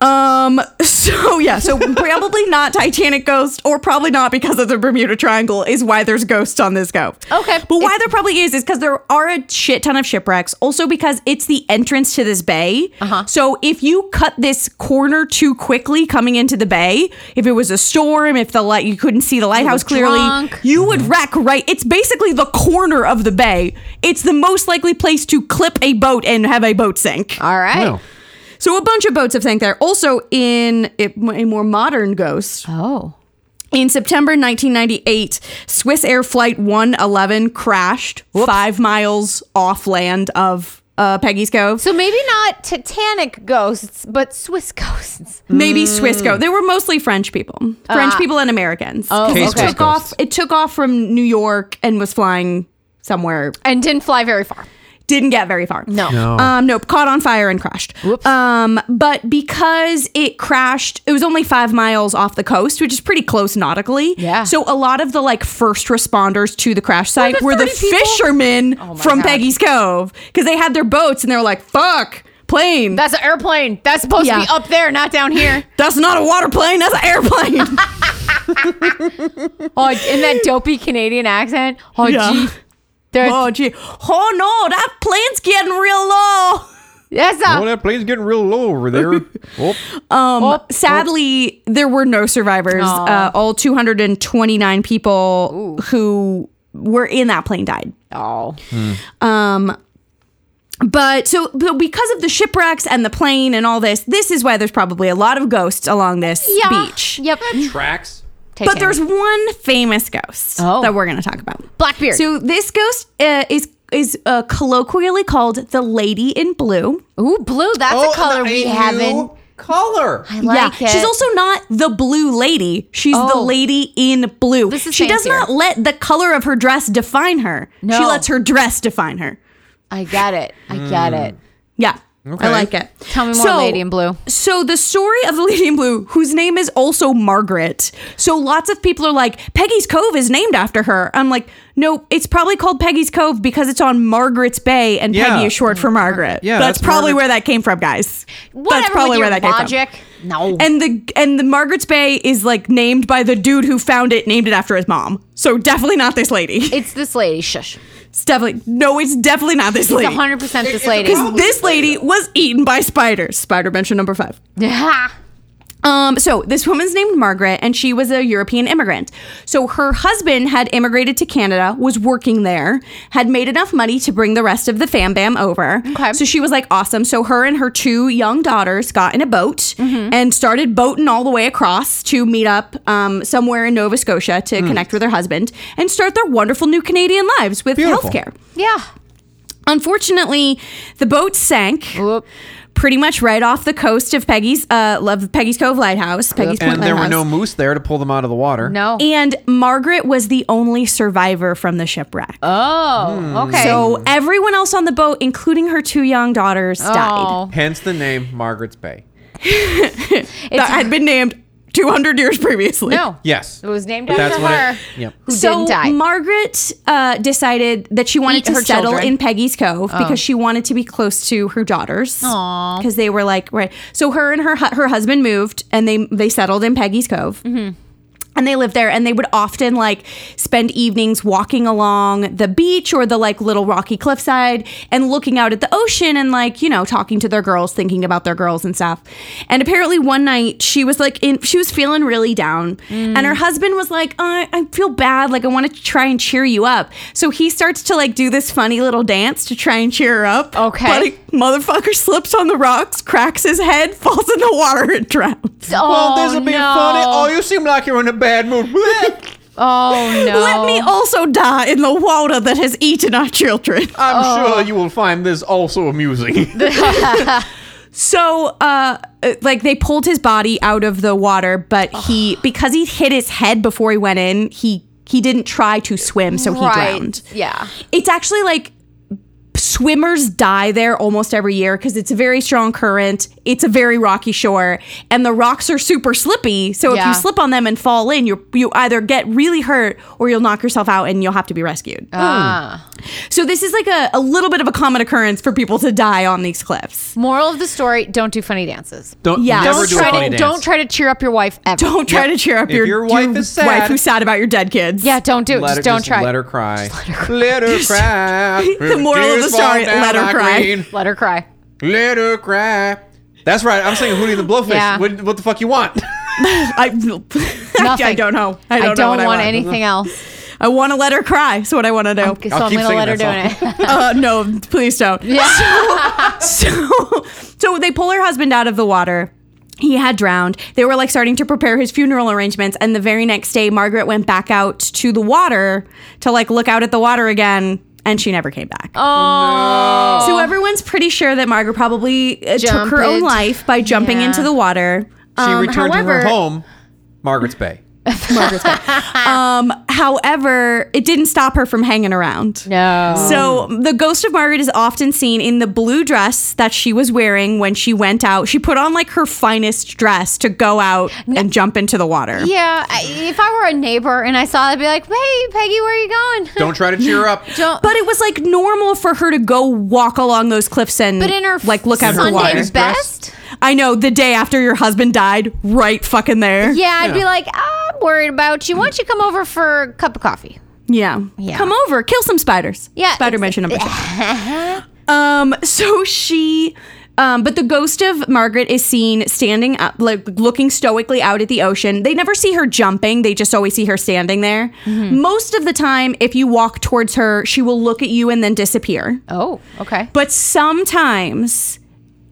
Speaker 2: Um. So yeah. So probably not Titanic ghost, or probably not because of the Bermuda Triangle is why there's ghosts on this go.
Speaker 4: Okay.
Speaker 2: But why there probably is is because there are a shit ton of shipwrecks. Also because it's the entrance to this bay. Uh-huh. So if you cut this corner too quickly coming into the bay, if it was a storm, if the light you couldn't see the lighthouse clearly,
Speaker 4: drunk.
Speaker 2: you would wreck. Right. It's basically the corner of the bay. It's the most likely place to clip a boat and have a boat sink.
Speaker 4: All right. Uh,
Speaker 3: No.
Speaker 2: So a bunch of boats have sank there. Also, in a a more modern ghost,
Speaker 4: Oh.
Speaker 2: in September 1998, Swiss Air Flight 111 crashed five miles off land of uh, Peggy's Cove.
Speaker 4: So maybe not Titanic ghosts, but Swiss ghosts.
Speaker 2: Maybe Swiss Cove. They were mostly French people, French
Speaker 4: Ah.
Speaker 2: people and Americans.
Speaker 4: Oh,
Speaker 2: 'Cause
Speaker 4: Case
Speaker 2: it
Speaker 4: Swiss
Speaker 2: took off.
Speaker 3: ghosts.
Speaker 2: It took off from New York and was flying somewhere.
Speaker 4: And didn't fly very far.
Speaker 2: Didn't get very far.
Speaker 4: No.
Speaker 3: No.
Speaker 2: Um, nope, caught on fire and crashed. Um, but because it crashed, it was only five miles off the coast, which is pretty close nautically.
Speaker 4: Yeah.
Speaker 2: So a lot of the like first responders to the crash site
Speaker 4: the
Speaker 2: were the
Speaker 4: 30 people?
Speaker 2: fishermen
Speaker 4: Oh my
Speaker 2: from
Speaker 4: God.
Speaker 2: Peggy's Cove because they had their boats and they were like, "Fuck, plane."
Speaker 4: That's an airplane. That's supposed
Speaker 2: Yeah.
Speaker 4: to be up there, not down here.
Speaker 2: that's not a water plane. That's an airplane.
Speaker 4: Oh, in that dopey Canadian accent. Oh,
Speaker 2: Yeah.
Speaker 4: gee. There-
Speaker 2: oh gee. Oh no, that plane's getting real low.
Speaker 4: That's
Speaker 3: Oh,
Speaker 4: a,
Speaker 3: that plane's getting real low over there. Oh,
Speaker 2: Um, sadly, there were no survivors.
Speaker 4: Aw.
Speaker 2: Uh, all 229 people who were in that plane died.
Speaker 4: oh.
Speaker 2: Um, but so, so because of the shipwrecks and the plane and all this, this is why there's probably a lot of ghosts along this
Speaker 4: Yeah.
Speaker 2: beach.
Speaker 4: Yep.
Speaker 3: tracks.
Speaker 2: But
Speaker 4: Titanic.
Speaker 2: there's one famous ghost
Speaker 4: Oh.
Speaker 2: that we're going to talk about.
Speaker 4: Blackbeard.
Speaker 2: So this ghost uh, is is uh, colloquially called the Lady in Blue.
Speaker 4: Ooh, blue. That's
Speaker 3: Oh,
Speaker 2: Oh,
Speaker 4: a color we haven't.
Speaker 3: Color.
Speaker 4: I like it.
Speaker 2: she's also not the blue lady. She's the
Speaker 4: Oh.
Speaker 2: lady in blue.
Speaker 4: This is
Speaker 2: she does
Speaker 4: fancier.
Speaker 2: not let the color of her dress define her. She
Speaker 4: No.
Speaker 2: lets her dress define her.
Speaker 4: I got it. I
Speaker 3: Hmm.
Speaker 4: got it.
Speaker 2: Yeah. I
Speaker 3: Okay.
Speaker 2: like it.
Speaker 4: Tell me more,
Speaker 2: So-
Speaker 4: Lady in Blue.
Speaker 2: So the story of the Lady in Blue, whose name is also Margaret. So lots of people are like, Peggy's Cove is named after her. I'm like, no, it's probably called Peggy's Cove because it's on Margaret's Bay, and
Speaker 3: Yeah.
Speaker 2: Peggy is short for Margaret.
Speaker 3: Yeah,
Speaker 2: that's,
Speaker 3: that's
Speaker 2: probably
Speaker 3: Margaret-
Speaker 2: where that came from, guys.
Speaker 4: Mm-hmm. Whatever
Speaker 2: that's probably
Speaker 4: with
Speaker 2: where
Speaker 4: your
Speaker 2: that came
Speaker 4: logic. No.
Speaker 2: from. And the and the Margaret's Bay is like named by the dude who found it, named it after his mom. So definitely not this lady.
Speaker 4: it's this lady. Shush.
Speaker 2: It's definitely no, it's definitely not this
Speaker 4: It's
Speaker 2: lady.
Speaker 4: 100% this lady.
Speaker 2: Because this lady was eaten by spiders. Spider mention number five.
Speaker 4: Yeah.
Speaker 2: Um, so this woman's named Margaret, and she was a European immigrant. So her husband had immigrated to Canada, was working there, had made enough money to bring the rest of the fam bam over.
Speaker 4: Okay.
Speaker 2: So she was like, awesome. So her and her two young daughters got in a boat and started boating all the way across to meet up um, somewhere in Nova Scotia to connect with her husband and start their wonderful new Canadian lives with
Speaker 3: Beautiful.
Speaker 2: healthcare.
Speaker 4: Yeah.
Speaker 2: Unfortunately, the boat sank
Speaker 4: Whoop.
Speaker 2: pretty much right off the coast of Peggy's uh love Peggy's Cove Lighthouse, Peggy's Point
Speaker 3: And there were
Speaker 2: Lighthouse.
Speaker 3: no moose there to pull them out of the water.
Speaker 4: No.
Speaker 2: and Margaret was the only survivor from the shipwreck.
Speaker 3: Hmm.
Speaker 4: oh, okay.
Speaker 2: So everyone else on the boat, including her two young daughters, died.
Speaker 4: Oh.
Speaker 3: Hence the name Margaret's Bay.
Speaker 2: That had been named 200 years previously.
Speaker 4: No.
Speaker 3: Yes.
Speaker 4: It was named
Speaker 3: But that's
Speaker 4: after
Speaker 3: when
Speaker 4: her.
Speaker 3: It, yep.
Speaker 4: Who
Speaker 2: So
Speaker 4: didn't die.
Speaker 2: Margaret uh, decided that she wanted
Speaker 4: Eat
Speaker 2: to
Speaker 4: her
Speaker 2: settle
Speaker 4: children. Oh.
Speaker 2: in Peggy's Cove because she wanted to be close to her daughters. Because they were like right. So her and her hu- her husband moved and they they settled in Peggy's Cove. And they lived there, and they would often like spend evenings walking along the beach or the like little rocky cliffside and looking out at the ocean and like, you know, talking to their girls, thinking about their girls and stuff. And apparently, one night she was like, in, she was feeling really down, and her husband was like, uh, I feel bad. Like, I want to try and cheer you up. So he starts to like do this funny little dance to try and cheer her up.
Speaker 4: Okay.
Speaker 2: But he- motherfucker slips on the rocks, cracks his head, falls in the water, and drowns.
Speaker 4: oh, no.
Speaker 3: Oh, you seem like you're in a bad mood.
Speaker 4: Oh, no.
Speaker 2: Let me also die in the water that has eaten our children.
Speaker 3: I'm sure you will find this also amusing.
Speaker 2: So, uh, uh, like they pulled his body out of the water, but he because he hit his head before he went in, he he didn't try to swim, so he
Speaker 4: Right.
Speaker 2: drowned.
Speaker 4: Yeah.
Speaker 2: It's actually like swimmers die there almost every year because it's a very strong current. It's a very rocky shore, and the rocks are super slippy. So if
Speaker 4: Yeah.
Speaker 2: you slip on them and fall in, you you either get really hurt or you'll knock yourself out and you'll have to be rescued. So this is like a, a little bit of a common occurrence for people to die on these cliffs.
Speaker 4: Moral of the story: Don't do funny dances.
Speaker 3: Don't
Speaker 2: Yeah.
Speaker 3: never
Speaker 2: Don't
Speaker 3: do
Speaker 4: try
Speaker 3: a funny
Speaker 4: to
Speaker 3: dance.
Speaker 4: don't try to cheer up your wife ever.
Speaker 2: Don't try
Speaker 3: Yep.
Speaker 2: to cheer up
Speaker 3: If
Speaker 2: your,
Speaker 3: your wife is sad-
Speaker 2: wife who's sad about your dead kids.
Speaker 4: Yeah, don't do it.
Speaker 3: Let
Speaker 4: Just
Speaker 3: her,
Speaker 4: don't
Speaker 3: just
Speaker 4: try.
Speaker 3: Let her cry. Let her cry.
Speaker 2: The moral of the
Speaker 3: Tears fall
Speaker 2: story,
Speaker 3: down
Speaker 2: let her
Speaker 3: my
Speaker 2: cry.
Speaker 3: green.
Speaker 4: Let her cry.
Speaker 3: Let her cry. That's right. I'm saying Hootie and the Blowfish.
Speaker 4: Yeah.
Speaker 3: What, what the fuck you want?
Speaker 2: I, I,
Speaker 4: Nothing.
Speaker 2: don't know. I don't, know what I
Speaker 4: want
Speaker 2: want
Speaker 4: anything else.
Speaker 2: I want to let her cry. Is what I want to know.
Speaker 4: So I'm
Speaker 3: keep
Speaker 4: gonna let her do
Speaker 3: singing that
Speaker 4: it.
Speaker 2: uh, no, please don't.
Speaker 4: Yeah.
Speaker 2: So, so they pull her husband out of the water. He had drowned. They were like starting to prepare his funeral arrangements, and the very next day, Margaret went back out to the water to like look out at the water again, and she never came back.
Speaker 4: Oh.
Speaker 2: So everyone's pretty sure that Margaret probably uh, took
Speaker 4: Jumped.
Speaker 2: her own life by jumping
Speaker 4: Yeah.
Speaker 2: into the water.
Speaker 3: She
Speaker 2: Um,
Speaker 3: returned to
Speaker 2: however-
Speaker 3: her home, Margaret's Bay.
Speaker 2: However, it didn't stop her from hanging around.
Speaker 4: No.
Speaker 2: So the ghost of Margaret is often seen in the blue dress that she was wearing when she went out. She put on like her finest dress to go out and jump into the water.
Speaker 4: Yeah, I, if I were a neighbor and I saw, it, I'd be like, "Hey, Peggy, where are you going?"
Speaker 3: Don't try to cheer up.
Speaker 4: Don't.
Speaker 2: But it was like normal for her to go walk along those cliffs and
Speaker 4: But in her
Speaker 2: like look out at the
Speaker 4: Sunday
Speaker 2: water.
Speaker 3: dress?
Speaker 4: best.
Speaker 2: I know the day after your husband died, right fucking there.
Speaker 4: Yeah, I'd
Speaker 3: Yeah.
Speaker 4: be like, "I'm worried about you. Why don't you come over for a cup of coffee?"
Speaker 2: Yeah.
Speaker 4: Yeah.
Speaker 2: Come over, kill some spiders.
Speaker 4: Yeah,
Speaker 2: Spider
Speaker 4: ex-
Speaker 2: mention number six. um, so she um, but the ghost of Margaret is seen standing up, like looking stoically out at the ocean. They never see her jumping, they just always see her standing there.
Speaker 4: Mm-hmm.
Speaker 2: Most of the time, if you walk towards her, she will look at you and then disappear.
Speaker 4: Oh, okay.
Speaker 2: But sometimes,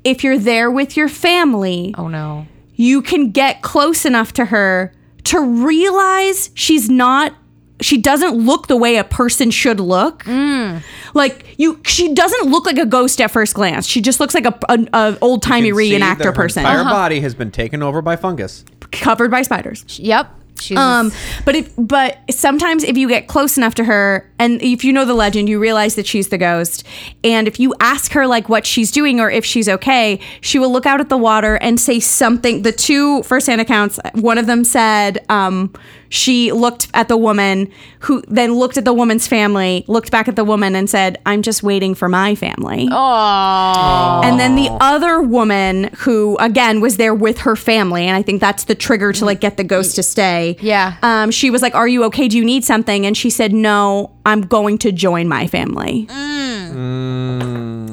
Speaker 2: if you're there with your family,
Speaker 4: Oh no.
Speaker 2: you can get close enough to her to realize she's not she doesn't look the way a person should look.
Speaker 3: Mm.
Speaker 2: Like you she doesn't look like a ghost at first glance. She just looks like a, an old timey
Speaker 3: You can see that her
Speaker 2: reenactor person
Speaker 3: Entire body has been taken over by fungus.
Speaker 2: covered by spiders.
Speaker 4: Yep. She's
Speaker 2: Um, but if but sometimes if you get close enough to her, and if you know the legend, you realize that she's the ghost. And if you ask her like what she's doing or if she's okay, she will look out at the water and say something. The two firsthand accounts, one of them said um, she looked at the woman who then looked at the woman's family, looked back at the woman, and said, "I'm just waiting for my family." And then the other woman who again was there with her family, and I think that's the trigger to like get the ghost to stay.
Speaker 4: Yeah.
Speaker 2: Um, she was like, Are you okay? Do you need something? And she said, No, I'm going to join my family.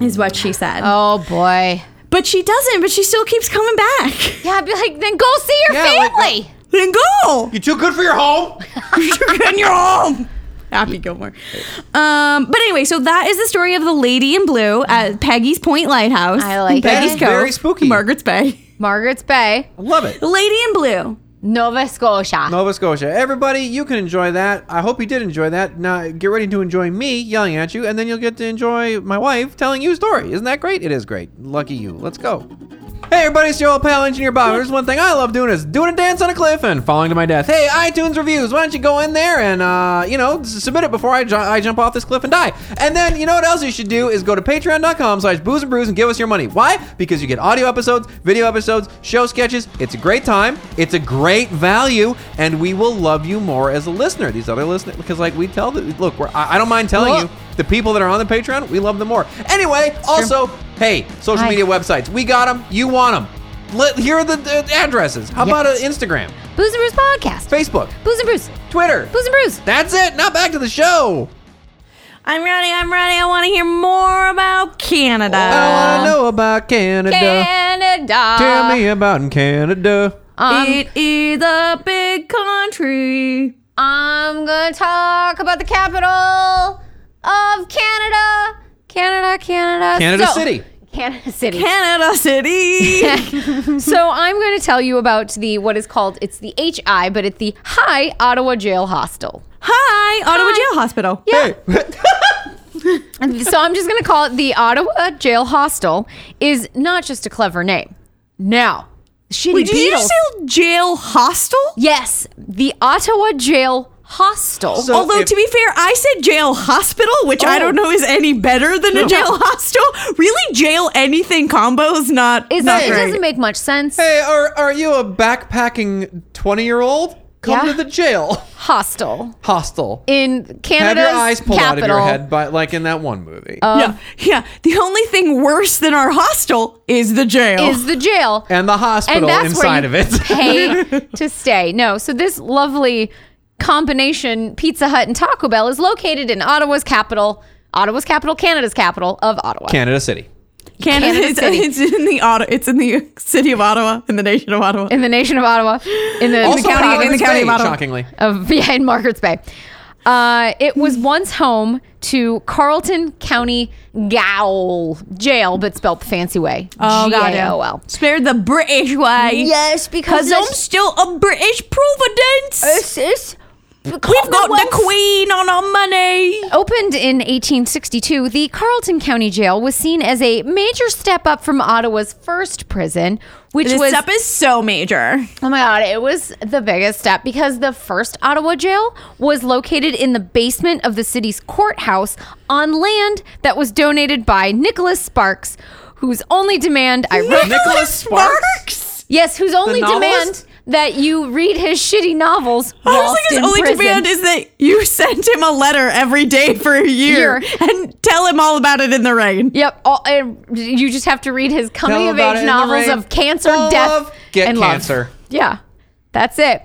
Speaker 2: Is what she said.
Speaker 4: oh boy.
Speaker 2: But she doesn't, but she still keeps coming back.
Speaker 4: Yeah, I'd be like, then go see your
Speaker 3: Yeah, like-
Speaker 4: family.
Speaker 2: Then go.
Speaker 3: You too good for your home?
Speaker 2: You're in your home. Happy Gilmore. Um, but anyway, so that is the story of the lady in blue at Peggy's Point Lighthouse.
Speaker 4: I like
Speaker 2: Peggy's
Speaker 4: it.
Speaker 2: Cove,
Speaker 3: Very spooky.
Speaker 2: Margaret's Bay.
Speaker 4: Margaret's Bay,
Speaker 3: I love it.
Speaker 2: The lady in blue.
Speaker 4: Nova Scotia.
Speaker 3: Nova Scotia. Everybody, you can enjoy that. I hope you did enjoy that. Now get ready to enjoy me yelling at you, and then you'll get to enjoy my wife telling you a story. Isn't that great? It is great. Lucky you. Let's go. Hey everybody, it's your old pal Engineer Bob. There's one thing I love doing is doing a dance on a cliff and falling to my death. Hey, iTunes reviews, why don't you go in there and uh, you know s- submit it before I, ju- I jump off this cliff and die. And then you know what else you should do is go to patreon.com slash booze and brews and give us your money. Why? Because you get audio episodes, video episodes, show sketches. It's a great time. It's a great value, and we will love you more as a listener. These other listeners, because like we tell the look, we're, I, I don't mind telling
Speaker 4: Well-
Speaker 3: you the people that are on the Patreon, we love them more. Anyway, also, hey, social
Speaker 4: Hi.
Speaker 3: media websites, we got them, you want them. Let, here are the, the addresses. How about uh, Instagram,
Speaker 4: Booze and Brews podcast.
Speaker 3: Facebook,
Speaker 4: Booze and Brews.
Speaker 3: Twitter?
Speaker 4: Booze and Brews.
Speaker 3: That's it. Now back to the show.
Speaker 2: I'm ready. I'm ready. I want to hear more about Canada.
Speaker 3: I want to know about Canada.
Speaker 4: Uh, Canada.
Speaker 3: Tell me about Canada.
Speaker 4: Um,
Speaker 2: it is a big country.
Speaker 4: I'm gonna talk about the capital of Canada. Canada, Canada.
Speaker 3: Canada
Speaker 4: So-
Speaker 3: City.
Speaker 4: Canada City.
Speaker 2: Canada City.
Speaker 4: so I'm going to tell you about the what is called it's the HI, but it's the High Ottawa Jail Hostel.
Speaker 2: Hi, Ottawa Jail Hospital.
Speaker 4: Yeah. so I'm just going to call it the Ottawa Jail Hostel. Is not just a clever name. Now, shitty
Speaker 2: Wait, did you
Speaker 4: Beatles.
Speaker 2: just say jail hostel?
Speaker 4: yes, the Ottawa Jail hostel.
Speaker 3: So-
Speaker 2: Although
Speaker 3: if-
Speaker 2: to be fair, I said jail hospital, which I don't know is any better than a jail hostel. Really, jail anything combo is not.
Speaker 4: It's-
Speaker 2: not
Speaker 4: it
Speaker 2: great.
Speaker 4: doesn't make much sense.
Speaker 3: Hey, are are you a backpacking twenty year old? Come
Speaker 4: Yeah.
Speaker 3: to the jail
Speaker 4: Hostel
Speaker 3: hostel.
Speaker 4: in
Speaker 3: Have
Speaker 4: Canada's
Speaker 3: your eyes pulled
Speaker 4: capital. Oh.
Speaker 3: out of your head, by, like in that one movie.
Speaker 2: yeah, yeah. The only thing worse than our hostel is the jail.
Speaker 4: Is the jail.
Speaker 3: and the hospital inside of
Speaker 4: where you
Speaker 3: it.
Speaker 4: pay to stay. No, so this lovely combination Pizza Hut and Taco Bell is located in Ottawa's capital, Ottawa's capital, Canada's capital of Ottawa.
Speaker 3: Canada City.
Speaker 2: Canada,
Speaker 4: Canada
Speaker 2: it's,
Speaker 4: City.
Speaker 2: it's in the auto, It's in the city of Ottawa, in the nation of Ottawa.
Speaker 4: in the nation of Ottawa, in the,
Speaker 3: Also
Speaker 4: the county
Speaker 3: Pirates
Speaker 4: in
Speaker 2: Providence.
Speaker 4: the
Speaker 2: county
Speaker 3: Bay,
Speaker 2: of Ottawa.
Speaker 3: Shockingly.
Speaker 4: of yeah, in Margaret's Bay. Uh, it was once home to Carlton County Gaol Jail, but spelt the fancy way.
Speaker 2: Oh god,
Speaker 4: G-A-O-L.
Speaker 2: Spared the British way.
Speaker 4: Yes, because
Speaker 2: because I'm
Speaker 4: it's-
Speaker 2: still a British Providence. We've got the Queen on our money.
Speaker 4: Opened in 1862, the Carlton County Jail was seen as a major step up from Ottawa's first prison, which
Speaker 2: This
Speaker 4: was
Speaker 2: step is so major.
Speaker 4: oh my god, it was the biggest step because the first Ottawa jail was located in the basement of the city's courthouse on land that was donated by Nicholas Sparks, whose only demand I wrote
Speaker 3: Nicholas Sparks?
Speaker 4: yes, whose only
Speaker 3: novelist?
Speaker 4: demand that you read his shitty novels.
Speaker 2: I was
Speaker 4: whilst
Speaker 2: like, his
Speaker 4: in
Speaker 2: only
Speaker 4: prison.
Speaker 2: demand is that you sent him a letter every day for a year,
Speaker 4: Year.
Speaker 2: and tell him all about it in the rain.
Speaker 4: Yep. All, and you just have to read his coming
Speaker 3: Tell
Speaker 4: of
Speaker 3: about it
Speaker 4: age
Speaker 3: in the
Speaker 4: novels
Speaker 3: rain.
Speaker 4: of cancer,
Speaker 3: Fall
Speaker 4: death,
Speaker 3: love, get
Speaker 4: and love.
Speaker 3: cancer.
Speaker 4: Yeah, that's it.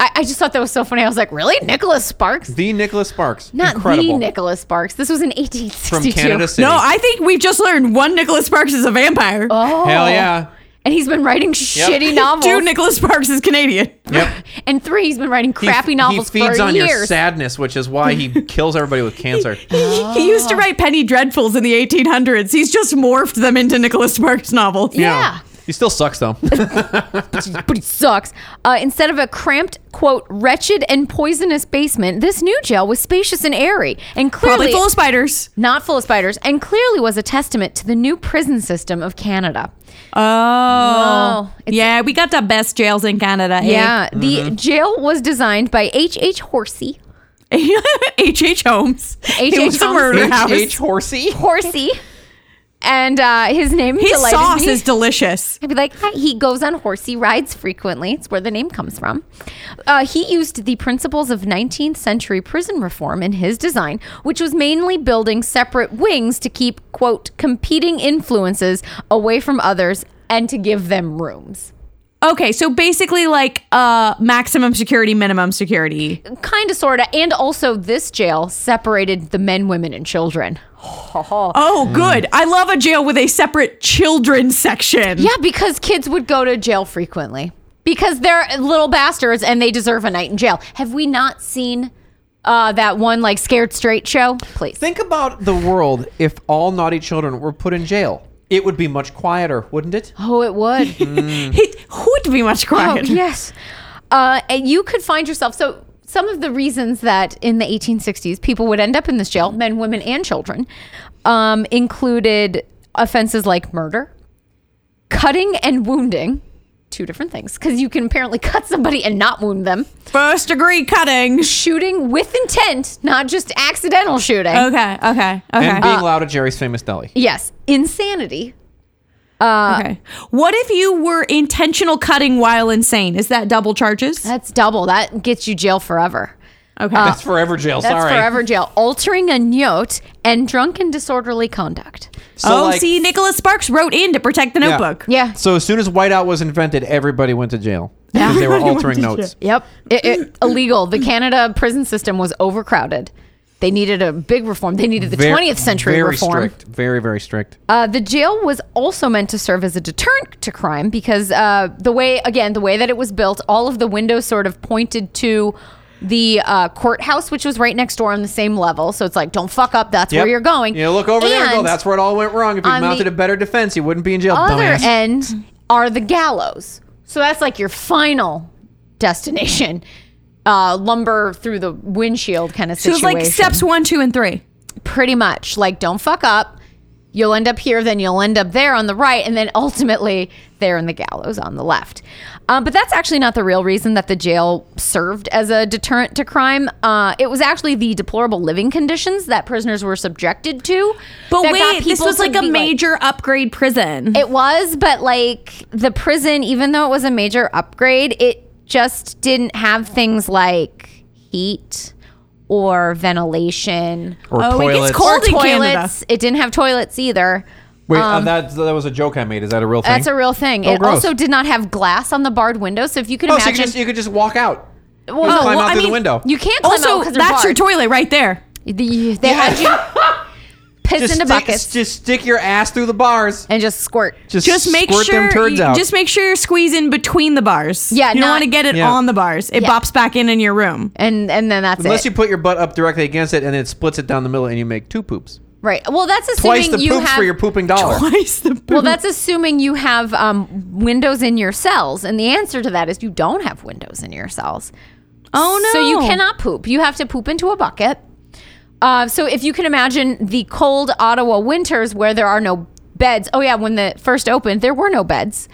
Speaker 4: I, I just thought that was so funny. I was like, really, Nicholas Sparks?
Speaker 3: The Nicholas Sparks.
Speaker 4: Not
Speaker 3: Incredible.
Speaker 4: the Nicholas Sparks. This was in 1862.
Speaker 3: From Canada City.
Speaker 2: No, I think we've just learned one Nicholas Sparks is a vampire.
Speaker 4: Oh.
Speaker 3: Hell yeah.
Speaker 4: And he's been writing shitty novels.
Speaker 2: Two Nicholas Sparks is Canadian.
Speaker 3: Yep.
Speaker 4: and three, he's been writing crappy
Speaker 3: he,
Speaker 4: novels
Speaker 3: He feeds
Speaker 4: for
Speaker 3: on
Speaker 4: years.
Speaker 3: your sadness, which is why he kills everybody with cancer.
Speaker 2: He, he used to write Penny Dreadfuls in the 1800s. He's just morphed them into Nicholas Sparks novels.
Speaker 4: yeah.
Speaker 3: He still sucks though.
Speaker 4: but he sucks. Uh, instead of a cramped, quote, wretched and poisonous basement, this new jail was spacious and airy, and
Speaker 2: Probably
Speaker 4: clearly
Speaker 2: full of spiders.
Speaker 4: not full of spiders, and clearly was a testament to the new prison system of Canada.
Speaker 2: Oh.
Speaker 4: Oh, it's-
Speaker 2: yeah, we got the best jails in Canada. eh?
Speaker 4: Yeah,
Speaker 2: mm-hmm.
Speaker 4: the jail was designed by H. H. Horsey.
Speaker 2: H.H. H. Holmes.
Speaker 4: H.H.
Speaker 2: It was a
Speaker 4: Holmes.
Speaker 2: murder house.
Speaker 3: Horsey.
Speaker 4: Horsey. And uh, his name
Speaker 2: His
Speaker 4: delighted
Speaker 2: sauce
Speaker 4: me.
Speaker 2: is delicious.
Speaker 4: I'd be like, "Hi." he goes on horsey rides frequently. It's where the name comes from. Uh, he used the principles of 19th century prison reform in his design, which was mainly building separate wings to keep, quote, competing influences away from others and to give them rooms.
Speaker 2: Okay, so basically like uh maximum security, minimum security.
Speaker 4: Kind of, sort of. And also, this jail separated the men, women, and children. Mm.
Speaker 2: Oh, good. I love a jail with a separate children section.
Speaker 4: Yeah, because kids would go to jail frequently because they're little bastards and they deserve a night in jail. Have we not seen uh, that one like scared straight show? Please.
Speaker 3: Think about the world if all naughty children were put in jail. It would be much quieter, wouldn't it?
Speaker 4: Oh, it would.
Speaker 2: It would be much
Speaker 4: oh,
Speaker 2: quieter.
Speaker 4: yes. Uh, and you could find yourself. So, some of the reasons that in the 1860s people would end up in this jail, men, women, and children, um, included offenses like murder, cutting and wounding. Two different things because you can apparently cut somebody and not wound them.
Speaker 2: First degree cutting.
Speaker 4: shooting with intent, not just accidental shooting.
Speaker 2: Okay, okay, okay.
Speaker 3: And
Speaker 4: Uh,
Speaker 3: being loud at Jerry's famous deli.
Speaker 4: Yes, insanity. Uh,
Speaker 2: okay. What if you were intentional cutting while insane? Is that double charges?
Speaker 4: That's double. That uh, gets you jail forever.
Speaker 2: Okay.
Speaker 3: That's forever jail.
Speaker 4: That's
Speaker 3: sorry.
Speaker 4: forever jail. Altering a note and drunken disorderly conduct.
Speaker 3: So,
Speaker 2: oh,
Speaker 3: like-
Speaker 2: see, Nicholas Sparks wrote in to protect the
Speaker 3: Yeah.
Speaker 2: notebook.
Speaker 4: Yeah.
Speaker 3: So as soon as whiteout was invented, everybody went to jail because they were altering notes.
Speaker 4: Yep. It, it, illegal. The Canada prison system was overcrowded. They needed a big reform. They needed the
Speaker 3: Ver-
Speaker 4: 20th century
Speaker 3: very
Speaker 4: reform.
Speaker 3: strict. Very very strict.
Speaker 4: Uh, the jail was also meant to serve as a deterrent to crime because uh, the way, again, the way that it was built, all of the windows sort of pointed to the uh, courthouse, which was right next door on the same level. So it's like, don't fuck up. That's where
Speaker 3: Yep.
Speaker 4: you're going.
Speaker 3: You look over there and go,
Speaker 4: And
Speaker 3: that's where it all went wrong. If you
Speaker 4: on the
Speaker 3: mounted a better defense, you wouldn't be in jail,
Speaker 4: Other
Speaker 3: dumbass.
Speaker 4: end are the gallows. So that's like your final destination. Uh, lumber through the windshield kind of
Speaker 2: So it was
Speaker 4: situation.
Speaker 2: like steps one, two, and three.
Speaker 4: pretty much like don't fuck up You'll end up here, then you'll end up there on the right, and then ultimately there in the gallows on the left. Um, but that's actually not the real reason that the jail served as a deterrent to crime. Uh, it was actually the deplorable living conditions that prisoners were subjected to.
Speaker 2: But
Speaker 4: that got
Speaker 2: wait, this
Speaker 4: people
Speaker 2: was
Speaker 4: to
Speaker 2: like a
Speaker 4: be,
Speaker 2: major upgrade prison.
Speaker 4: it was, but like the prison, even though it was a major upgrade, it just didn't have things like heat or ventilation
Speaker 3: Or
Speaker 2: Oh, it gets
Speaker 3: toilets.
Speaker 2: cold.
Speaker 4: or
Speaker 2: in Canada.
Speaker 4: toilets. It didn't have toilets either.
Speaker 3: Wait, uh, that that was a joke I made. Is that a real thing?
Speaker 4: Um, That's a real thing.
Speaker 3: Oh,
Speaker 4: it
Speaker 3: gross.
Speaker 4: also did not have glass on the barred window, so if you could
Speaker 3: Oh, so you could
Speaker 4: imagine,
Speaker 3: just you could just walk out.
Speaker 4: well,
Speaker 3: just
Speaker 4: no,
Speaker 3: climb
Speaker 2: well,
Speaker 3: out
Speaker 2: I
Speaker 3: through the
Speaker 2: mean,
Speaker 3: window.
Speaker 4: you can't climb out
Speaker 2: also,
Speaker 4: because
Speaker 2: that's your toilet right there.
Speaker 4: They, they had you piss
Speaker 3: Just
Speaker 4: into
Speaker 3: stick,
Speaker 4: buckets
Speaker 3: just stick your ass through the bars.
Speaker 4: and just squirt.
Speaker 2: Just make
Speaker 3: squirt
Speaker 2: sure
Speaker 3: them turds
Speaker 2: you,
Speaker 3: out.
Speaker 2: just make sure you're squeezing between the bars.
Speaker 4: Yeah,
Speaker 2: you don't
Speaker 4: not-
Speaker 2: want to get it
Speaker 3: Yeah.
Speaker 2: on the bars. It
Speaker 4: Yeah.
Speaker 2: bops back in in your room.
Speaker 4: And and then that's
Speaker 3: Unless
Speaker 4: it.
Speaker 3: you put your butt up directly against it and it splits it down the middle and you make two poops.
Speaker 4: right. Well, that's assuming
Speaker 3: Twice the
Speaker 4: you
Speaker 3: poops
Speaker 4: have
Speaker 3: for your pooping dollar.
Speaker 2: Twice the
Speaker 4: Well, that's assuming you have um, windows in your cells, and the answer to that is you don't have windows in your cells.
Speaker 2: oh no.
Speaker 4: So you cannot poop. You have to poop into a bucket. Uh, so if you can imagine the cold Ottawa winters where there are no beds. Oh yeah, when the first opened, there were no beds.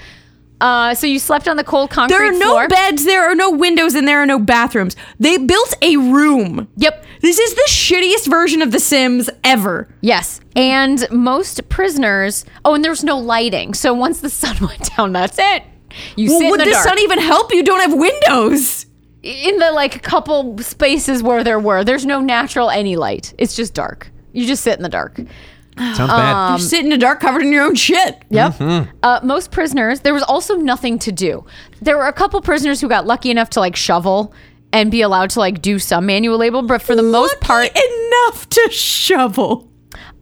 Speaker 4: Uh, so you slept on the cold concrete
Speaker 2: There are no
Speaker 4: floor.
Speaker 2: beds. There are no windows, and there are no bathrooms. They built a room.
Speaker 4: Yep.
Speaker 2: This is the shittiest version of The Sims ever.
Speaker 4: Yes. And most prisoners. Oh, and there's no lighting. So once the sun went down, that's it. You sit
Speaker 2: Well,
Speaker 4: in
Speaker 2: would
Speaker 4: the,
Speaker 2: the,
Speaker 4: dark.
Speaker 2: sun even help? You don't have windows.
Speaker 4: in the like couple spaces where there were, there's no natural any light. It's just dark. You just sit in the dark.
Speaker 3: Sounds bad.
Speaker 4: Um,
Speaker 2: you sit in the dark, covered in your own shit.
Speaker 4: Yep. Uh, most prisoners, there was also nothing to do. There were a couple prisoners who got lucky enough to like shovel and be allowed to like do some manual labor, but for the most part,
Speaker 2: enough to shovel.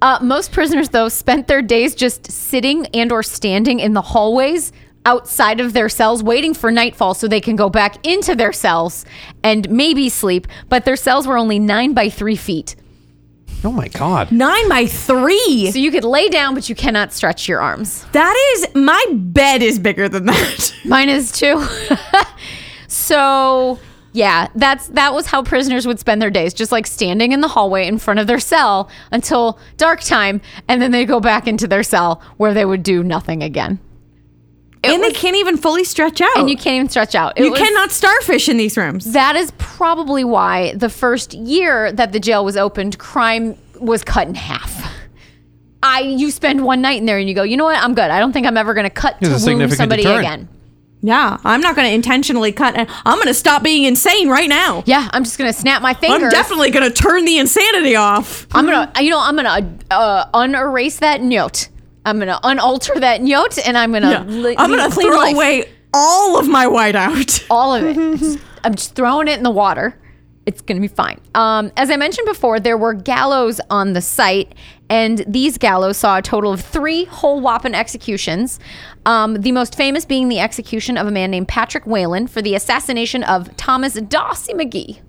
Speaker 4: uh, most prisoners though spent their days just sitting and or standing in the hallways outside of their cells waiting for nightfall so they can go back into their cells and maybe sleep but their cells were only nine by three feet
Speaker 3: Oh my god.
Speaker 2: Nine by three.
Speaker 4: So you could lay down, but you cannot stretch your arms.
Speaker 2: That is my bed is bigger than that.
Speaker 4: Mine is too. so yeah, that's that was how prisoners would spend their days, just like standing in the hallway in front of their cell until dark time, and then they go back into their cell where they would do nothing again.
Speaker 2: and they can't even fully stretch out.
Speaker 4: And you can't even stretch out. It
Speaker 2: You
Speaker 4: was-
Speaker 2: cannot starfish in these rooms.
Speaker 4: That is probably why the first year that the jail was opened, crime was cut in half. I you spend one night in there and you go, you know what? I'm good. I don't think I'm ever going to cut
Speaker 3: It's a
Speaker 4: to wound
Speaker 3: significant
Speaker 4: somebody
Speaker 3: deterrent.
Speaker 4: again.
Speaker 2: Yeah, I'm not going to intentionally cut. I'm going to stop being insane right now.
Speaker 4: Yeah, I'm just gonna snap my fingers.
Speaker 2: I'm definitely going to turn the insanity off.
Speaker 4: I'm gonna, you know, I'm gonna uh, unerase that note. I'm gonna unalter that note, and I'm gonna,
Speaker 2: Yeah.
Speaker 4: li-
Speaker 2: I'm
Speaker 4: lead a
Speaker 2: going to
Speaker 4: clean
Speaker 2: throw
Speaker 4: life.
Speaker 2: away all of my whiteout.
Speaker 4: all of it. Just- I'm just throwing it in the water. It's gonna be fine. Um, as I mentioned before, there were gallows on the site, and these gallows saw a total of three whole whopping executions. Um, the most famous being the execution of a man named Patrick Whalen for the assassination of Thomas Dossie McGee.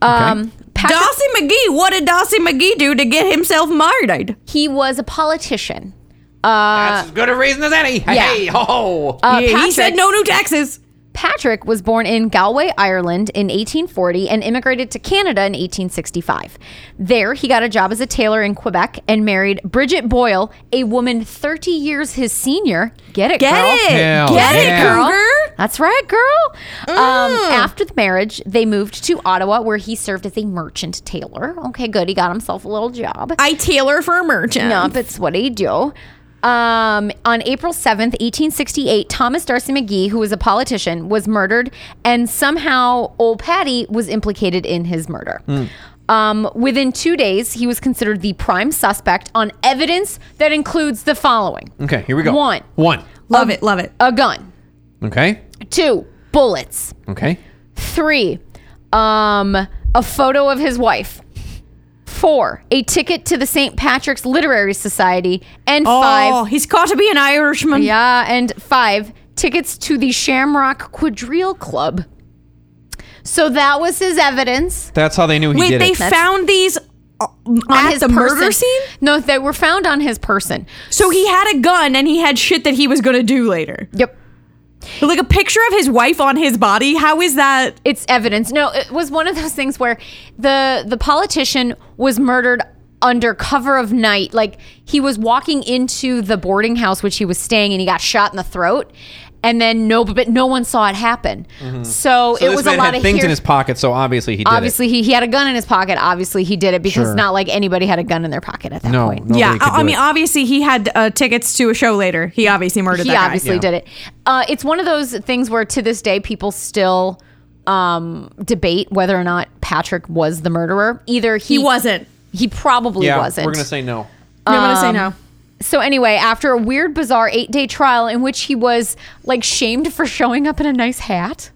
Speaker 4: Um, Patrick-
Speaker 2: Dossie McGee, what did Dossie McGee do to get himself martyred?
Speaker 4: he was a politician.
Speaker 3: That's as good a reason as any. Hey,
Speaker 4: uh, yeah.
Speaker 3: hey ho ho.
Speaker 2: Yeah,
Speaker 4: Uh,
Speaker 2: he
Speaker 4: Patrick-
Speaker 2: said no new taxes.
Speaker 4: Patrick was born in Galway, Ireland in 1840 and immigrated to Canada in 1865. There, he got a job as a tailor in Quebec and married Bridget Boyle, a woman 30 years his senior. Get it,
Speaker 2: Get
Speaker 4: girl.
Speaker 2: it.
Speaker 3: Hell
Speaker 2: Get
Speaker 3: yeah.
Speaker 2: it, Cougar. Mm.
Speaker 4: That's right, girl. Um, after the marriage, they moved to Ottawa, where he served as a merchant tailor. Okay, good. He got himself a little job.
Speaker 2: I tailor for a merchant.
Speaker 4: No, it's what he do. Um, on April 7th, 1868, Thomas Darcy McGee, who was a politician, was murdered, and somehow old Patty was implicated in his murder.
Speaker 3: Hmm.
Speaker 4: Um, within two days, he was considered the prime suspect on evidence that includes the following
Speaker 3: okay, here we go.
Speaker 4: One.
Speaker 3: One.
Speaker 4: um,
Speaker 2: Love it, love it.
Speaker 4: a gun,
Speaker 3: Okay.
Speaker 4: two, bullets,
Speaker 3: Okay.
Speaker 4: three, um, a photo of his wife. Four, a ticket to the St. Patrick's Literary Society, and five,
Speaker 2: Oh, he's caught to be an Irishman.
Speaker 4: Yeah, and five tickets to the Shamrock Quadrille Club. So that was his evidence
Speaker 3: That's how they knew he
Speaker 2: Wait,
Speaker 3: did
Speaker 2: they
Speaker 3: it.
Speaker 2: found these uh,
Speaker 4: on
Speaker 2: at
Speaker 4: his
Speaker 2: the
Speaker 4: person.
Speaker 2: murder scene?
Speaker 4: No, they were found on his person.
Speaker 2: So he had a gun and he had shit that he was going to do later.
Speaker 4: Yep,
Speaker 2: But, Like a picture of his wife on his body. How is that?
Speaker 4: it's evidence. No, it was one of those things where the the politician was murdered under cover of night. Like he was walking into the boarding house which he was staying and he got shot in the throat. And then no, but no one saw it happen. So,
Speaker 3: Mm-hmm. So
Speaker 4: it
Speaker 3: this
Speaker 4: was a
Speaker 3: man
Speaker 4: lot
Speaker 3: had
Speaker 4: of
Speaker 3: things
Speaker 4: hear-
Speaker 3: in his pocket, so obviously he did it.
Speaker 4: Obviously, he, he had a gun in his pocket. Obviously, he did it because
Speaker 3: Sure.
Speaker 4: not like anybody had a gun in their pocket at that
Speaker 3: No,
Speaker 4: point.
Speaker 3: nobody
Speaker 2: yeah,
Speaker 3: Oh, could
Speaker 2: I, I
Speaker 3: do
Speaker 2: mean,
Speaker 3: it.
Speaker 2: obviously he had uh, tickets to a show later. He obviously murdered
Speaker 4: he
Speaker 2: that guy.
Speaker 4: obviously
Speaker 3: Yeah.
Speaker 4: did it. Uh, it's one of those things where to this day people still um, debate whether or not Patrick was the murderer. Either
Speaker 2: He
Speaker 4: he,
Speaker 2: wasn't.
Speaker 4: He probably
Speaker 3: yeah,
Speaker 4: wasn't.
Speaker 3: we're gonna say no.
Speaker 2: No, I'm
Speaker 4: Um,
Speaker 2: gonna say no.
Speaker 4: so anyway, after a weird, bizarre eight-day trial in which he was like shamed for showing up in a nice hat.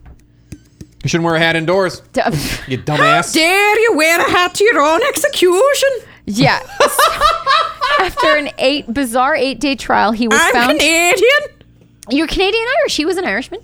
Speaker 3: You shouldn't wear a hat indoors,
Speaker 4: D-
Speaker 3: you dumbass.
Speaker 2: Dare you wear a hat to your own execution?
Speaker 4: yeah. After an eight bizarre eight-day trial, he was
Speaker 2: I'm
Speaker 4: found.
Speaker 2: Canadian.
Speaker 4: You're Canadian Irish. He was an Irishman.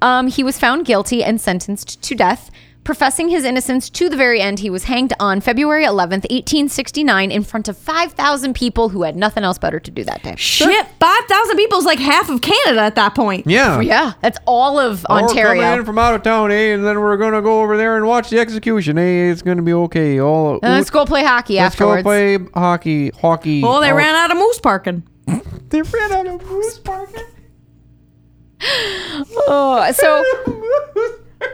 Speaker 4: Um, he was found guilty and sentenced to death. Professing his innocence to the very end, he was hanged on February 11th, 1869, in front of 5,000 people who had nothing else better to do that day.
Speaker 2: Shit, five thousand people is like half of Canada at that point.
Speaker 3: Yeah.
Speaker 4: Yeah, that's all of
Speaker 3: We're coming in
Speaker 4: Ontario.
Speaker 3: from out of town, eh? And then we're gonna go over there and watch the execution, eh? It's gonna be okay. All
Speaker 4: And let's go play hockey
Speaker 3: Let's
Speaker 4: afterwards. Oh,
Speaker 3: go play hockey. Hockey.
Speaker 2: Well, Oh, they
Speaker 3: all-
Speaker 2: ran out of moose parking.
Speaker 3: They ran out of moose parking.
Speaker 4: Oh, so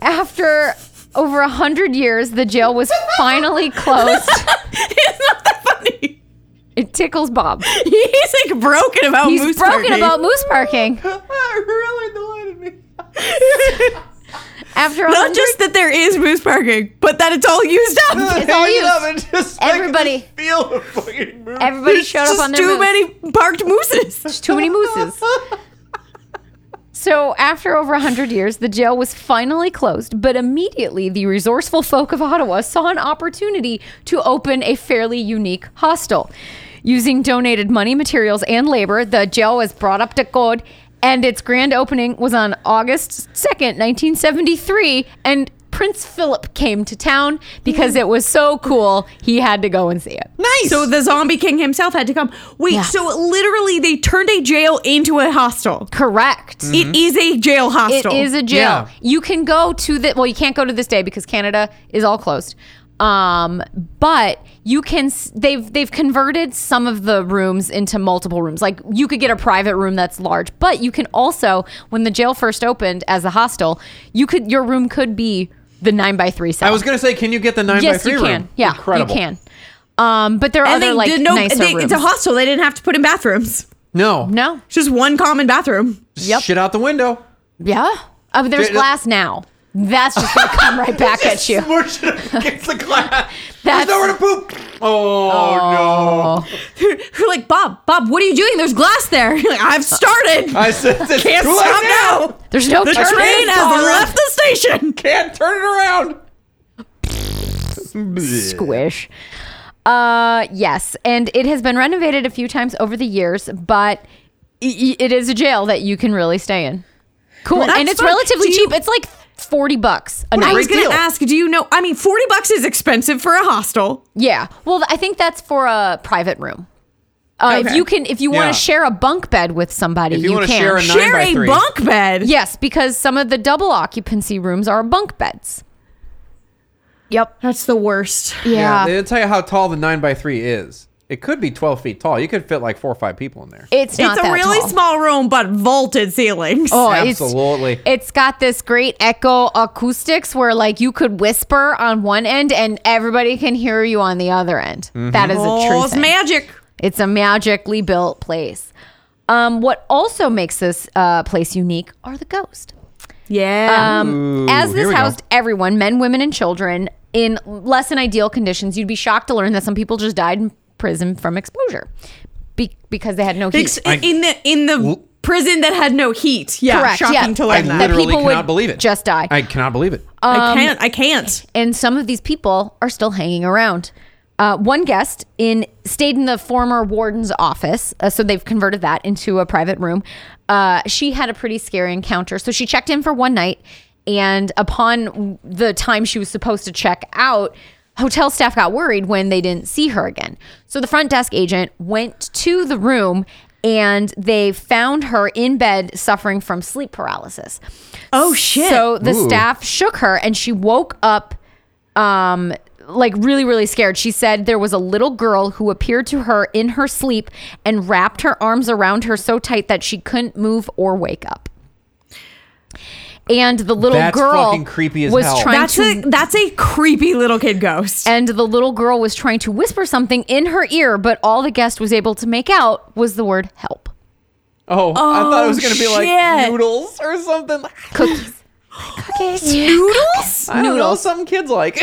Speaker 4: after over a hundred years, the jail was finally closed.
Speaker 2: it's not that funny.
Speaker 4: It tickles Bob.
Speaker 2: He's like broken about
Speaker 4: He's
Speaker 2: moose
Speaker 4: broken
Speaker 2: parking.
Speaker 4: about moose parking.
Speaker 3: that really delighted me.
Speaker 4: After a
Speaker 2: Not
Speaker 4: hundred
Speaker 2: just that there is moose parking, but that it's all used up.
Speaker 4: It's all
Speaker 3: I
Speaker 4: used.
Speaker 3: love it. Just like
Speaker 4: Everybody-
Speaker 3: the feel of fucking moose.
Speaker 4: everybody showed up
Speaker 2: Just
Speaker 4: on their
Speaker 2: too
Speaker 4: moose.
Speaker 2: many parked mooses.
Speaker 4: Just too many mooses. So, after over 100 years, the jail was finally closed, but immediately the resourceful folk of Ottawa saw an opportunity to open a fairly unique hostel. Using donated money, materials, and labor, the jail was brought up to code, and its grand opening was on August 2nd, 1973. And Prince Philip came to town because it was so cool, he had to go and see it.
Speaker 2: Nice. So the zombie king himself had to come. Wait,
Speaker 4: Yeah.
Speaker 2: so literally they turned a jail into a hostel.
Speaker 4: Correct.
Speaker 2: It is a jail hostel.
Speaker 4: Mm-hmm. It is a jail.
Speaker 3: Yeah.
Speaker 4: You can go to the well, you can't go to this day because Canada is all closed. Um, but you can s- they've they've converted some of the rooms into multiple rooms. Like you could get a private room that's large, but you can also when the jail first opened as a hostel, you could your room could be the nine by three cell.
Speaker 3: I was gonna say, can you get the nine by
Speaker 4: yes,
Speaker 3: three
Speaker 4: you
Speaker 3: room?
Speaker 4: can. Yeah,
Speaker 3: Incredible.
Speaker 4: you can. Um, but there are
Speaker 2: And
Speaker 4: other
Speaker 2: they
Speaker 4: like
Speaker 2: did no.
Speaker 4: nicer
Speaker 2: They,
Speaker 4: rooms.
Speaker 2: it's a hostel. They didn't have to put in bathrooms.
Speaker 3: No.
Speaker 4: no,
Speaker 2: It's just one common bathroom.
Speaker 3: Just
Speaker 4: Yep.
Speaker 3: Shit out the window.
Speaker 4: yeah. Oh, but there's
Speaker 3: Did-
Speaker 4: glass now. That's just gonna come right back at you.
Speaker 3: Smush it against the glass.
Speaker 4: That's-
Speaker 3: There's nowhere to poop. Oh, no.
Speaker 2: You're like Bob. Bob, what are you doing? There's glass there. You're like I've started.
Speaker 3: I said this.
Speaker 2: Can't
Speaker 3: too late
Speaker 2: stop now.
Speaker 4: There's no
Speaker 2: The
Speaker 4: turning
Speaker 2: train
Speaker 4: back.
Speaker 2: has left the station.
Speaker 3: Can't turn it around. Blech.
Speaker 4: squish. Uh, yes, and it has been renovated a few times over the years, but i- i- it is a jail that you can really stay in. Cool,
Speaker 2: Well,
Speaker 4: and
Speaker 2: that's
Speaker 4: it's
Speaker 2: fun.
Speaker 4: relatively
Speaker 2: Do you-
Speaker 4: cheap. It's like forty bucks a night.
Speaker 2: I was
Speaker 3: Great
Speaker 2: gonna
Speaker 3: deal.
Speaker 2: ask. Do you know? I mean, forty bucks is expensive for a hostel.
Speaker 4: Yeah. Well, I think that's for a private room. Uh, If
Speaker 2: Okay.
Speaker 4: you can, if you
Speaker 3: Yeah.
Speaker 4: want to share a bunk bed with somebody,
Speaker 3: If you wanna
Speaker 4: can.
Speaker 3: share a Nine
Speaker 2: Share
Speaker 3: by
Speaker 2: a
Speaker 3: three.
Speaker 2: bunk bed.
Speaker 4: yes, because some of the double occupancy rooms are bunk beds. Yep.
Speaker 2: That's the worst.
Speaker 4: Yeah.
Speaker 3: They'll tell you how tall the nine by three is. It could be 12 feet tall. You could fit like four or five people in there.
Speaker 4: it's not
Speaker 2: it's a
Speaker 4: that
Speaker 2: really
Speaker 4: tall.
Speaker 2: small room, but vaulted ceilings.
Speaker 4: Oh, it's-
Speaker 3: Absolutely.
Speaker 4: It's got this great echo acoustics where like you could whisper on one end and everybody can hear you on the other end.
Speaker 3: Mm-hmm.
Speaker 4: That is a
Speaker 2: Oh,
Speaker 4: true
Speaker 2: it's
Speaker 4: thing.
Speaker 2: magic.
Speaker 4: It's a magically built place. Um, what also makes this uh, place unique are the ghosts.
Speaker 2: Yeah.
Speaker 4: Um, as
Speaker 3: here
Speaker 4: this
Speaker 3: we go.
Speaker 4: housed everyone, men, women, and children, in less than ideal conditions, you'd be shocked to learn that some people just died in prison from exposure be- because they had no heat.
Speaker 2: Ex- in the in the prison that had no heat. Yeah.
Speaker 4: Correct,
Speaker 2: Shocking
Speaker 4: yeah.
Speaker 2: to
Speaker 3: I
Speaker 2: learn that.
Speaker 3: literally
Speaker 4: people would
Speaker 3: cannot believe it.
Speaker 4: just die. Oh.
Speaker 3: I cannot believe it.
Speaker 4: Um,
Speaker 2: I can't. I can't.
Speaker 4: and some of these people are still hanging around. Uh, one guest in stayed in the former warden's office, uh, so they've converted that into a private room. Uh, she had a pretty scary encounter, so she checked in for one night, and upon the time she was supposed to check out, hotel staff got worried when they didn't see her again. So the front desk agent went to the room. And they found her in bed suffering from sleep paralysis.
Speaker 2: Oh, shit.
Speaker 4: So the
Speaker 3: Ooh.
Speaker 4: staff shook her and she woke up um like really really scared. She said there was a little girl who appeared to her in her sleep and wrapped her arms around her so tight that she couldn't move or wake up. And the little
Speaker 3: That's
Speaker 4: girl
Speaker 3: fucking creepy as
Speaker 4: was
Speaker 3: hell.
Speaker 4: trying
Speaker 2: That's
Speaker 4: to
Speaker 2: a that's a creepy little kid ghost.
Speaker 4: and the little girl was trying to whisper something in her ear, but all the guest was able to make out was the word help.
Speaker 3: Oh, I thought it was gonna be like
Speaker 2: shit.
Speaker 3: noodles or something.
Speaker 4: Cookies.
Speaker 2: Noodles?
Speaker 3: I don't know, something kids like.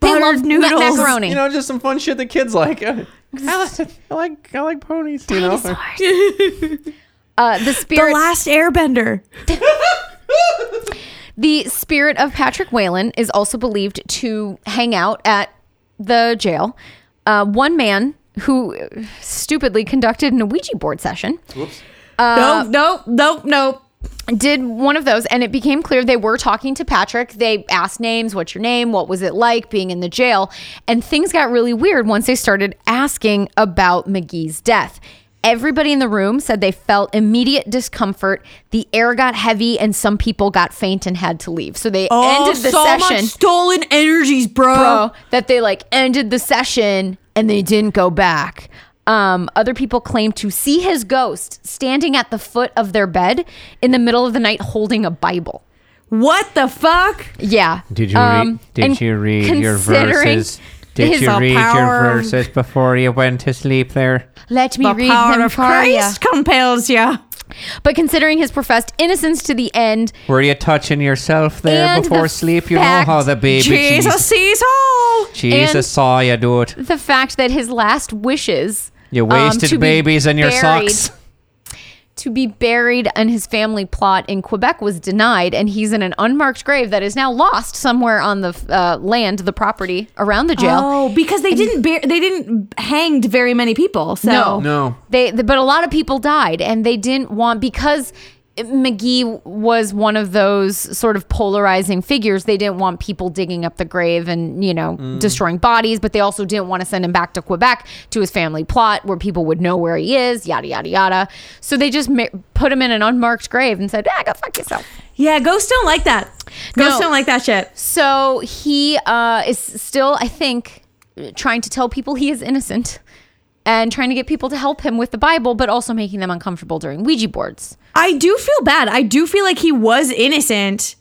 Speaker 2: They love
Speaker 4: ma-
Speaker 2: noodles.
Speaker 4: macaroni.
Speaker 3: you know, just some fun shit that kids like. I like, I like, I like ponies. You know,
Speaker 4: uh, the
Speaker 2: The
Speaker 4: spirit
Speaker 2: last airbender.
Speaker 4: the spirit of Patrick Whalen is also believed to hang out at the jail. Uh, one man who stupidly conducted an Ouija board session Uh,
Speaker 2: nope, nope, nope, nope.
Speaker 4: did one of those and it became clear they were talking to Patrick. They asked names, what's your name? What was it like being in the jail? And things got really weird once they started asking about McGee's death. Everybody in the room said they felt immediate discomfort. The air got heavy and some people got faint and had to leave. So they ended the
Speaker 2: Oh, so
Speaker 4: session,
Speaker 2: much stolen energies, bro.
Speaker 5: Uh-huh.
Speaker 4: bro, that they like ended the session and they didn't go back. Um, other people claimed to see his ghost standing at the foot of their bed in the middle of the night holding a Bible.
Speaker 2: What the fuck?
Speaker 4: Yeah.
Speaker 5: Did you
Speaker 4: Um,
Speaker 5: read? Did
Speaker 4: and
Speaker 5: you read your
Speaker 4: considering
Speaker 5: verses? Did
Speaker 4: his
Speaker 5: you read your
Speaker 2: all-power-
Speaker 5: verses before you went to sleep there?
Speaker 4: Let me
Speaker 2: The
Speaker 4: read
Speaker 2: power
Speaker 4: them
Speaker 2: of
Speaker 4: for you.
Speaker 2: Christ compels you.
Speaker 4: But considering his professed innocence to the end,
Speaker 5: Were you touching yourself there
Speaker 4: And the
Speaker 5: before sleep? You know
Speaker 4: fact-
Speaker 5: how the baby
Speaker 2: Jesus
Speaker 5: Jesus,
Speaker 2: sees all.
Speaker 4: And-
Speaker 5: Jesus saw you do it.
Speaker 4: the fact that his last wishes
Speaker 5: You
Speaker 4: um,
Speaker 5: wasted
Speaker 4: to be
Speaker 5: babies in your
Speaker 4: buried-
Speaker 5: socks.
Speaker 4: to be buried and his family plot in Quebec was denied, and he's in an unmarked grave that is now lost somewhere on the uh, land, the property around the jail.
Speaker 2: Oh, because they didn't bear, they didn't hanged very many people. So
Speaker 4: No,
Speaker 5: No.
Speaker 4: They, th- but a lot of people died, and they didn't want because McGee was one of those sort of polarizing figures. They didn't want people digging up the grave and you know destroying bodies, but they also didn't want to send him back to Quebec to his family plot where people would know where he is. Yada yada yada. So they just ma- put him in an unmarked grave and said, "Ah, go fuck yourself."
Speaker 2: yeah, ghosts don't like that. Ghosts
Speaker 4: No.
Speaker 2: don't like that shit.
Speaker 4: So he uh, is still, I think, trying to tell people he is innocent and trying to get people to help him with the Bible, but also making them uncomfortable during Ouija boards.
Speaker 2: I do feel bad. I do feel like he was innocent,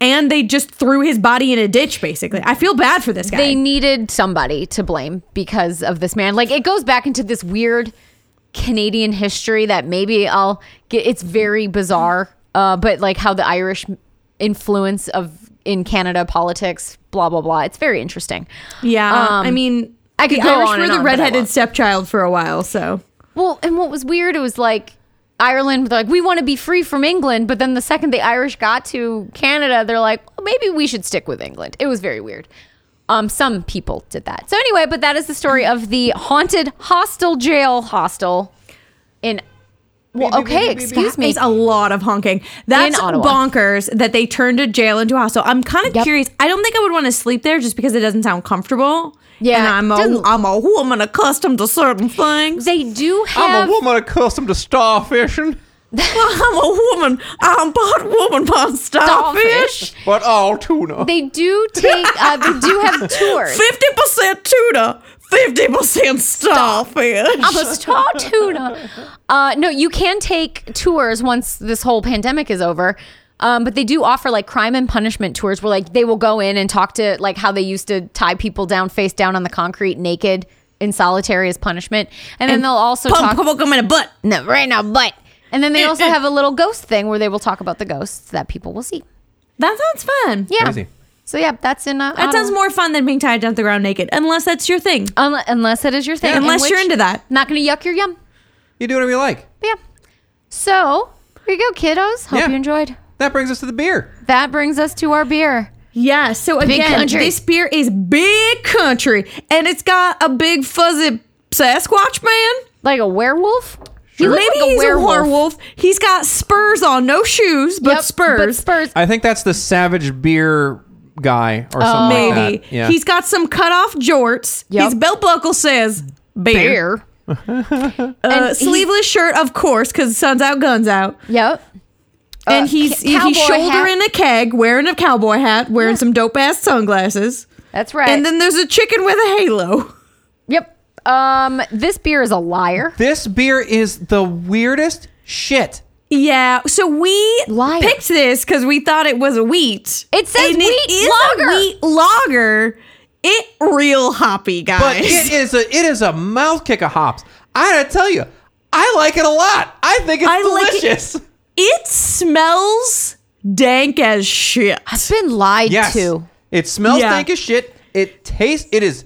Speaker 2: and they just threw his body in a ditch. Basically, I feel bad for this guy.
Speaker 4: They needed somebody to blame because of this man. Like it goes back into this weird Canadian history that maybe I'll get. It's very bizarre, uh, but like how the Irish influence of in Canada politics, blah blah blah. It's very interesting.
Speaker 2: yeah,
Speaker 4: Um,
Speaker 2: I mean,
Speaker 4: I could
Speaker 2: the
Speaker 4: go
Speaker 2: Irish
Speaker 4: on
Speaker 2: were
Speaker 4: and
Speaker 2: the
Speaker 4: on, but I
Speaker 2: redheaded
Speaker 4: won't.
Speaker 2: stepchild for a while. So
Speaker 4: Well, and what was weird, it was like Ireland, they're like, we want to be free from England. But then the second the Irish got to Canada, they're like, well, maybe we should stick with England. It was very weird. Um, some people did that. So anyway, but that is the story of the haunted hostel jail hostel in. Well, okay, excuse
Speaker 2: that
Speaker 4: me.
Speaker 2: is a lot of honking. That's
Speaker 4: In Ottawa.
Speaker 2: bonkers that they turned a jail into a hostel. I'm kind of
Speaker 4: Yep.
Speaker 2: curious. I don't think I would want to sleep there just because it doesn't sound comfortable.
Speaker 4: Yeah,
Speaker 2: and I'm a,
Speaker 4: doesn't-
Speaker 2: I'm a woman accustomed to certain things.
Speaker 4: They do
Speaker 3: I'm
Speaker 4: have.
Speaker 3: a woman accustomed to starfishing,
Speaker 2: I'm a woman. I'm part woman, part starfish.
Speaker 4: Starfish.
Speaker 3: but all tuna.
Speaker 4: They do take. Uh, they do have tours.
Speaker 2: Fifty percent tuna, fifty percent starfish.
Speaker 4: I'm a star tuna. Uh, no, you can take tours once this whole pandemic is over. Um, but they do offer like crime and punishment tours where like they will go in and talk to like how they used to tie people down face down on the concrete naked in solitary as punishment. And then they'll also
Speaker 2: Pump,
Speaker 4: talk
Speaker 2: pump them in a butt.
Speaker 4: no, right now, but and then they also have a little ghost thing where they will talk about the ghosts that people will see.
Speaker 2: That sounds fun.
Speaker 4: Yeah.
Speaker 5: Crazy.
Speaker 4: So yeah, that's in uh,
Speaker 2: That sounds
Speaker 4: Ottawa.
Speaker 2: more fun than being tied down to the ground naked, unless that's your thing.
Speaker 4: Unle- unless that is your thing. in
Speaker 2: unless you're
Speaker 4: which-
Speaker 2: into that.
Speaker 4: Not gonna yuck your yum.
Speaker 3: You do whatever you like.
Speaker 4: But yeah. So here you go, kiddos. Hope
Speaker 3: Yeah.
Speaker 4: you enjoyed.
Speaker 3: That brings us to the beer.
Speaker 4: That brings us to our beer.
Speaker 2: Yeah, so again,
Speaker 4: country.
Speaker 2: this beer is big country and it's got a big fuzzy Sasquatch man.
Speaker 4: Like a werewolf? He
Speaker 2: Maybe
Speaker 4: looks like
Speaker 2: he's a werewolf. He's got spurs on, no shoes, but
Speaker 4: Yep,
Speaker 2: spurs.
Speaker 4: But spurs.
Speaker 3: I think that's the savage beer guy or something like
Speaker 2: Maybe.
Speaker 3: that. Yeah.
Speaker 2: He's got some cut off jorts.
Speaker 4: Yep.
Speaker 2: His belt buckle says bear.
Speaker 4: Bear.
Speaker 2: Uh,
Speaker 4: And he-
Speaker 2: sleeveless shirt, of course, because sun's out, guns out.
Speaker 4: Yep.
Speaker 2: and
Speaker 4: Uh,
Speaker 2: he's
Speaker 4: ca-
Speaker 2: he's
Speaker 4: cowboy
Speaker 2: shouldering a keg, wearing a cowboy hat, wearing some dope ass sunglasses.
Speaker 4: That's right.
Speaker 2: And then there's a chicken with a halo.
Speaker 4: yep. Um, this beer is a liar.
Speaker 3: This beer is the weirdest shit.
Speaker 2: Yeah, so we
Speaker 4: Liar.
Speaker 2: picked this because we thought it was a wheat.
Speaker 4: It says
Speaker 2: And
Speaker 4: wheat
Speaker 2: it is
Speaker 4: lager.
Speaker 2: A wheat lager. It real hoppy, guys.
Speaker 3: But it is a it is a mouth kick of hops. I gotta tell you, I like it a lot. I think it's
Speaker 2: I like it.
Speaker 3: delicious.
Speaker 2: It smells dank as shit.
Speaker 4: I've been lied
Speaker 3: Yes.
Speaker 4: to.
Speaker 3: It smells
Speaker 2: Yeah.
Speaker 3: dank as shit. It tastes it is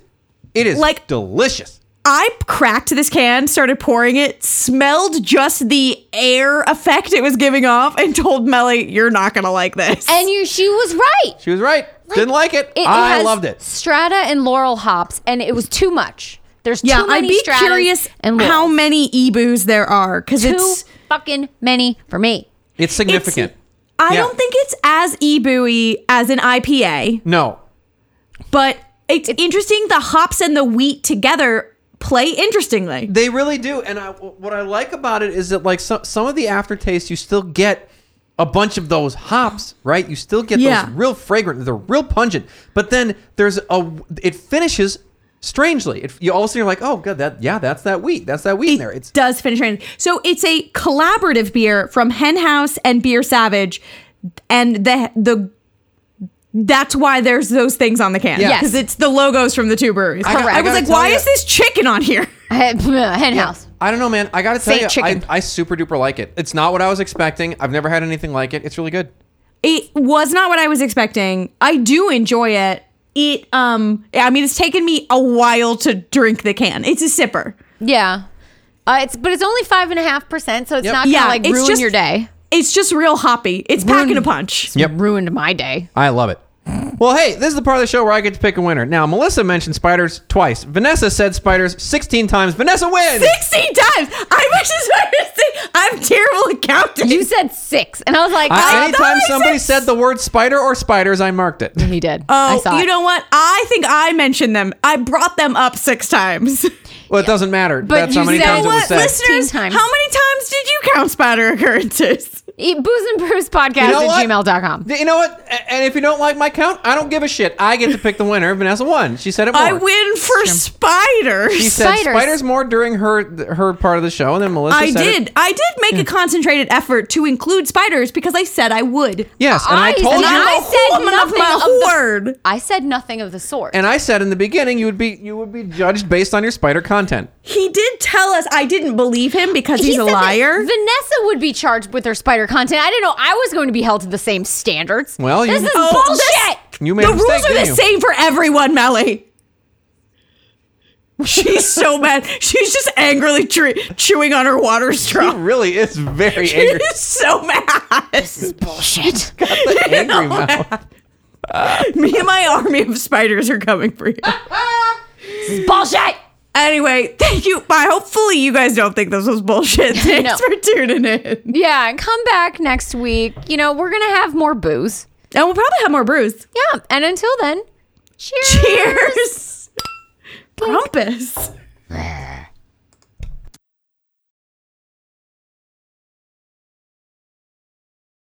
Speaker 3: it is
Speaker 2: Like-
Speaker 3: like delicious.
Speaker 2: I cracked this can, started pouring it, smelled just the air effect it was giving off, and told Melly, "You're not gonna like this."
Speaker 4: And you, she was right.
Speaker 3: She was right. Didn't like it.
Speaker 4: It
Speaker 3: I
Speaker 4: has
Speaker 3: loved it.
Speaker 4: Strata and Laurel hops, and it was too much. There's
Speaker 2: yeah,
Speaker 4: too
Speaker 2: I'd
Speaker 4: many
Speaker 2: be
Speaker 4: Stratas
Speaker 2: curious
Speaker 4: and Laurels.
Speaker 2: how many ebus there are because
Speaker 4: too
Speaker 2: it's
Speaker 4: fucking many for me.
Speaker 3: It's significant.
Speaker 2: I
Speaker 3: Yeah.
Speaker 2: don't think it's as ebuy as an IPA,
Speaker 3: no.
Speaker 2: but it's, interesting. The hops and the wheat together play interestingly.
Speaker 3: They really do. And I, what I like about it is that like some some of the aftertaste, you still get a bunch of those hops, right? You still get
Speaker 2: Yeah.
Speaker 3: those real fragrant, they're real pungent. But then there's a it finishes strangely. It, you all of a sudden you're like, oh god, that yeah, that's that wheat, that's that wheat in there. It's
Speaker 2: does finish random. So it's a collaborative beer from Hen House and Beer Savage, and the the that's why there's those things on the can.
Speaker 3: Yeah.
Speaker 2: because it's the logos from the two breweries. I,
Speaker 3: got- I
Speaker 2: was
Speaker 3: gotta
Speaker 2: like,
Speaker 3: tell
Speaker 2: why
Speaker 3: ya-
Speaker 2: is this chicken on here?
Speaker 4: Hen house.
Speaker 3: I don't know, man. I gotta tell
Speaker 4: Say
Speaker 3: you,
Speaker 4: chicken.
Speaker 3: I, I super duper like it. It's not what I was expecting. I've never had anything like it. It's really good.
Speaker 2: It was not what I was expecting. I do enjoy it. It um, I mean, it's taken me a while to drink the can. It's a sipper.
Speaker 4: Yeah. Uh, it's but it's only five and a half percent, so it's
Speaker 3: Yep.
Speaker 4: not gonna
Speaker 2: Yeah,
Speaker 4: like
Speaker 2: it's
Speaker 4: ruin
Speaker 2: just-
Speaker 4: your day.
Speaker 2: It's just real hoppy. It's packing a punch.
Speaker 3: Yep.
Speaker 4: Ruined my day.
Speaker 3: I love it. Well, hey, this is the part of the show where I get to pick a winner. Now, Melissa mentioned spiders twice. Vanessa said spiders 16 times. Vanessa wins!
Speaker 2: 16 times. I'm actually sorry to say I'm terrible at counting.
Speaker 4: You said six, and I was like,
Speaker 3: I,
Speaker 4: oh,
Speaker 3: anytime
Speaker 2: I said
Speaker 3: somebody
Speaker 2: s-
Speaker 3: said the word spider or spiders, I marked it.
Speaker 4: he did. I
Speaker 2: Oh,
Speaker 4: saw
Speaker 2: you
Speaker 4: it.
Speaker 2: know what? I think I mentioned them. I brought them up six times.
Speaker 3: Well, it doesn't matter.
Speaker 4: But
Speaker 3: That's how
Speaker 4: you
Speaker 3: many
Speaker 4: said
Speaker 3: times it
Speaker 4: what?
Speaker 3: was said.
Speaker 4: Listen- 16 times.
Speaker 2: how many times did you count spider occurrences?
Speaker 4: Eat booze and brews podcast
Speaker 3: You know
Speaker 4: E, at
Speaker 3: what?
Speaker 4: gmail.com.
Speaker 3: You know what? A- And if you don't like my count, I don't give a shit. I get to pick the winner. Vanessa won. She said it more.
Speaker 2: I win for
Speaker 3: She
Speaker 2: spiders.
Speaker 3: said
Speaker 4: Spiders.
Speaker 3: spiders. more during her her part of the show, and then Melissa
Speaker 2: I
Speaker 3: said it-
Speaker 2: did. I did make a concentrated effort to include spiders because I said I would.
Speaker 3: Yes, and I,
Speaker 4: I-
Speaker 3: told
Speaker 4: and
Speaker 3: you.
Speaker 2: I'm
Speaker 4: I
Speaker 2: a
Speaker 4: said
Speaker 2: woman of
Speaker 4: nothing
Speaker 2: my
Speaker 4: of the-
Speaker 2: word.
Speaker 4: I said nothing of the sort.
Speaker 3: and I said in the beginning you would be you would be judged based on your spider content.
Speaker 2: he did tell us I didn't believe him because
Speaker 4: He
Speaker 2: he's a
Speaker 4: said that
Speaker 2: liar.
Speaker 4: Vanessa would be charged with her spider content. I didn't know I was going to be held to the same standards.
Speaker 3: Well, you-
Speaker 4: this is
Speaker 2: Oh,
Speaker 4: bullshit.
Speaker 3: You made
Speaker 2: the
Speaker 3: a mistake,
Speaker 2: rules are
Speaker 3: didn't
Speaker 2: the
Speaker 3: you?
Speaker 2: same for everyone, Melly. She's so mad. She's just angrily tre- chewing on her water straw.
Speaker 3: really is very angry.
Speaker 2: She's so mad. Oh,
Speaker 4: bullshit.
Speaker 3: angry mouth.
Speaker 2: Me and my army of spiders are coming for you.
Speaker 4: It's bullshit.
Speaker 2: Anyway, thank you. Bye. Hopefully, you guys don't think this was bullshit. Thanks
Speaker 4: No.
Speaker 2: for tuning in.
Speaker 4: Yeah, and come back next week. You know, we're going to have more booze.
Speaker 2: And we'll probably have more brews.
Speaker 4: Yeah, and until then, cheers.
Speaker 2: Cheers. Grumpus.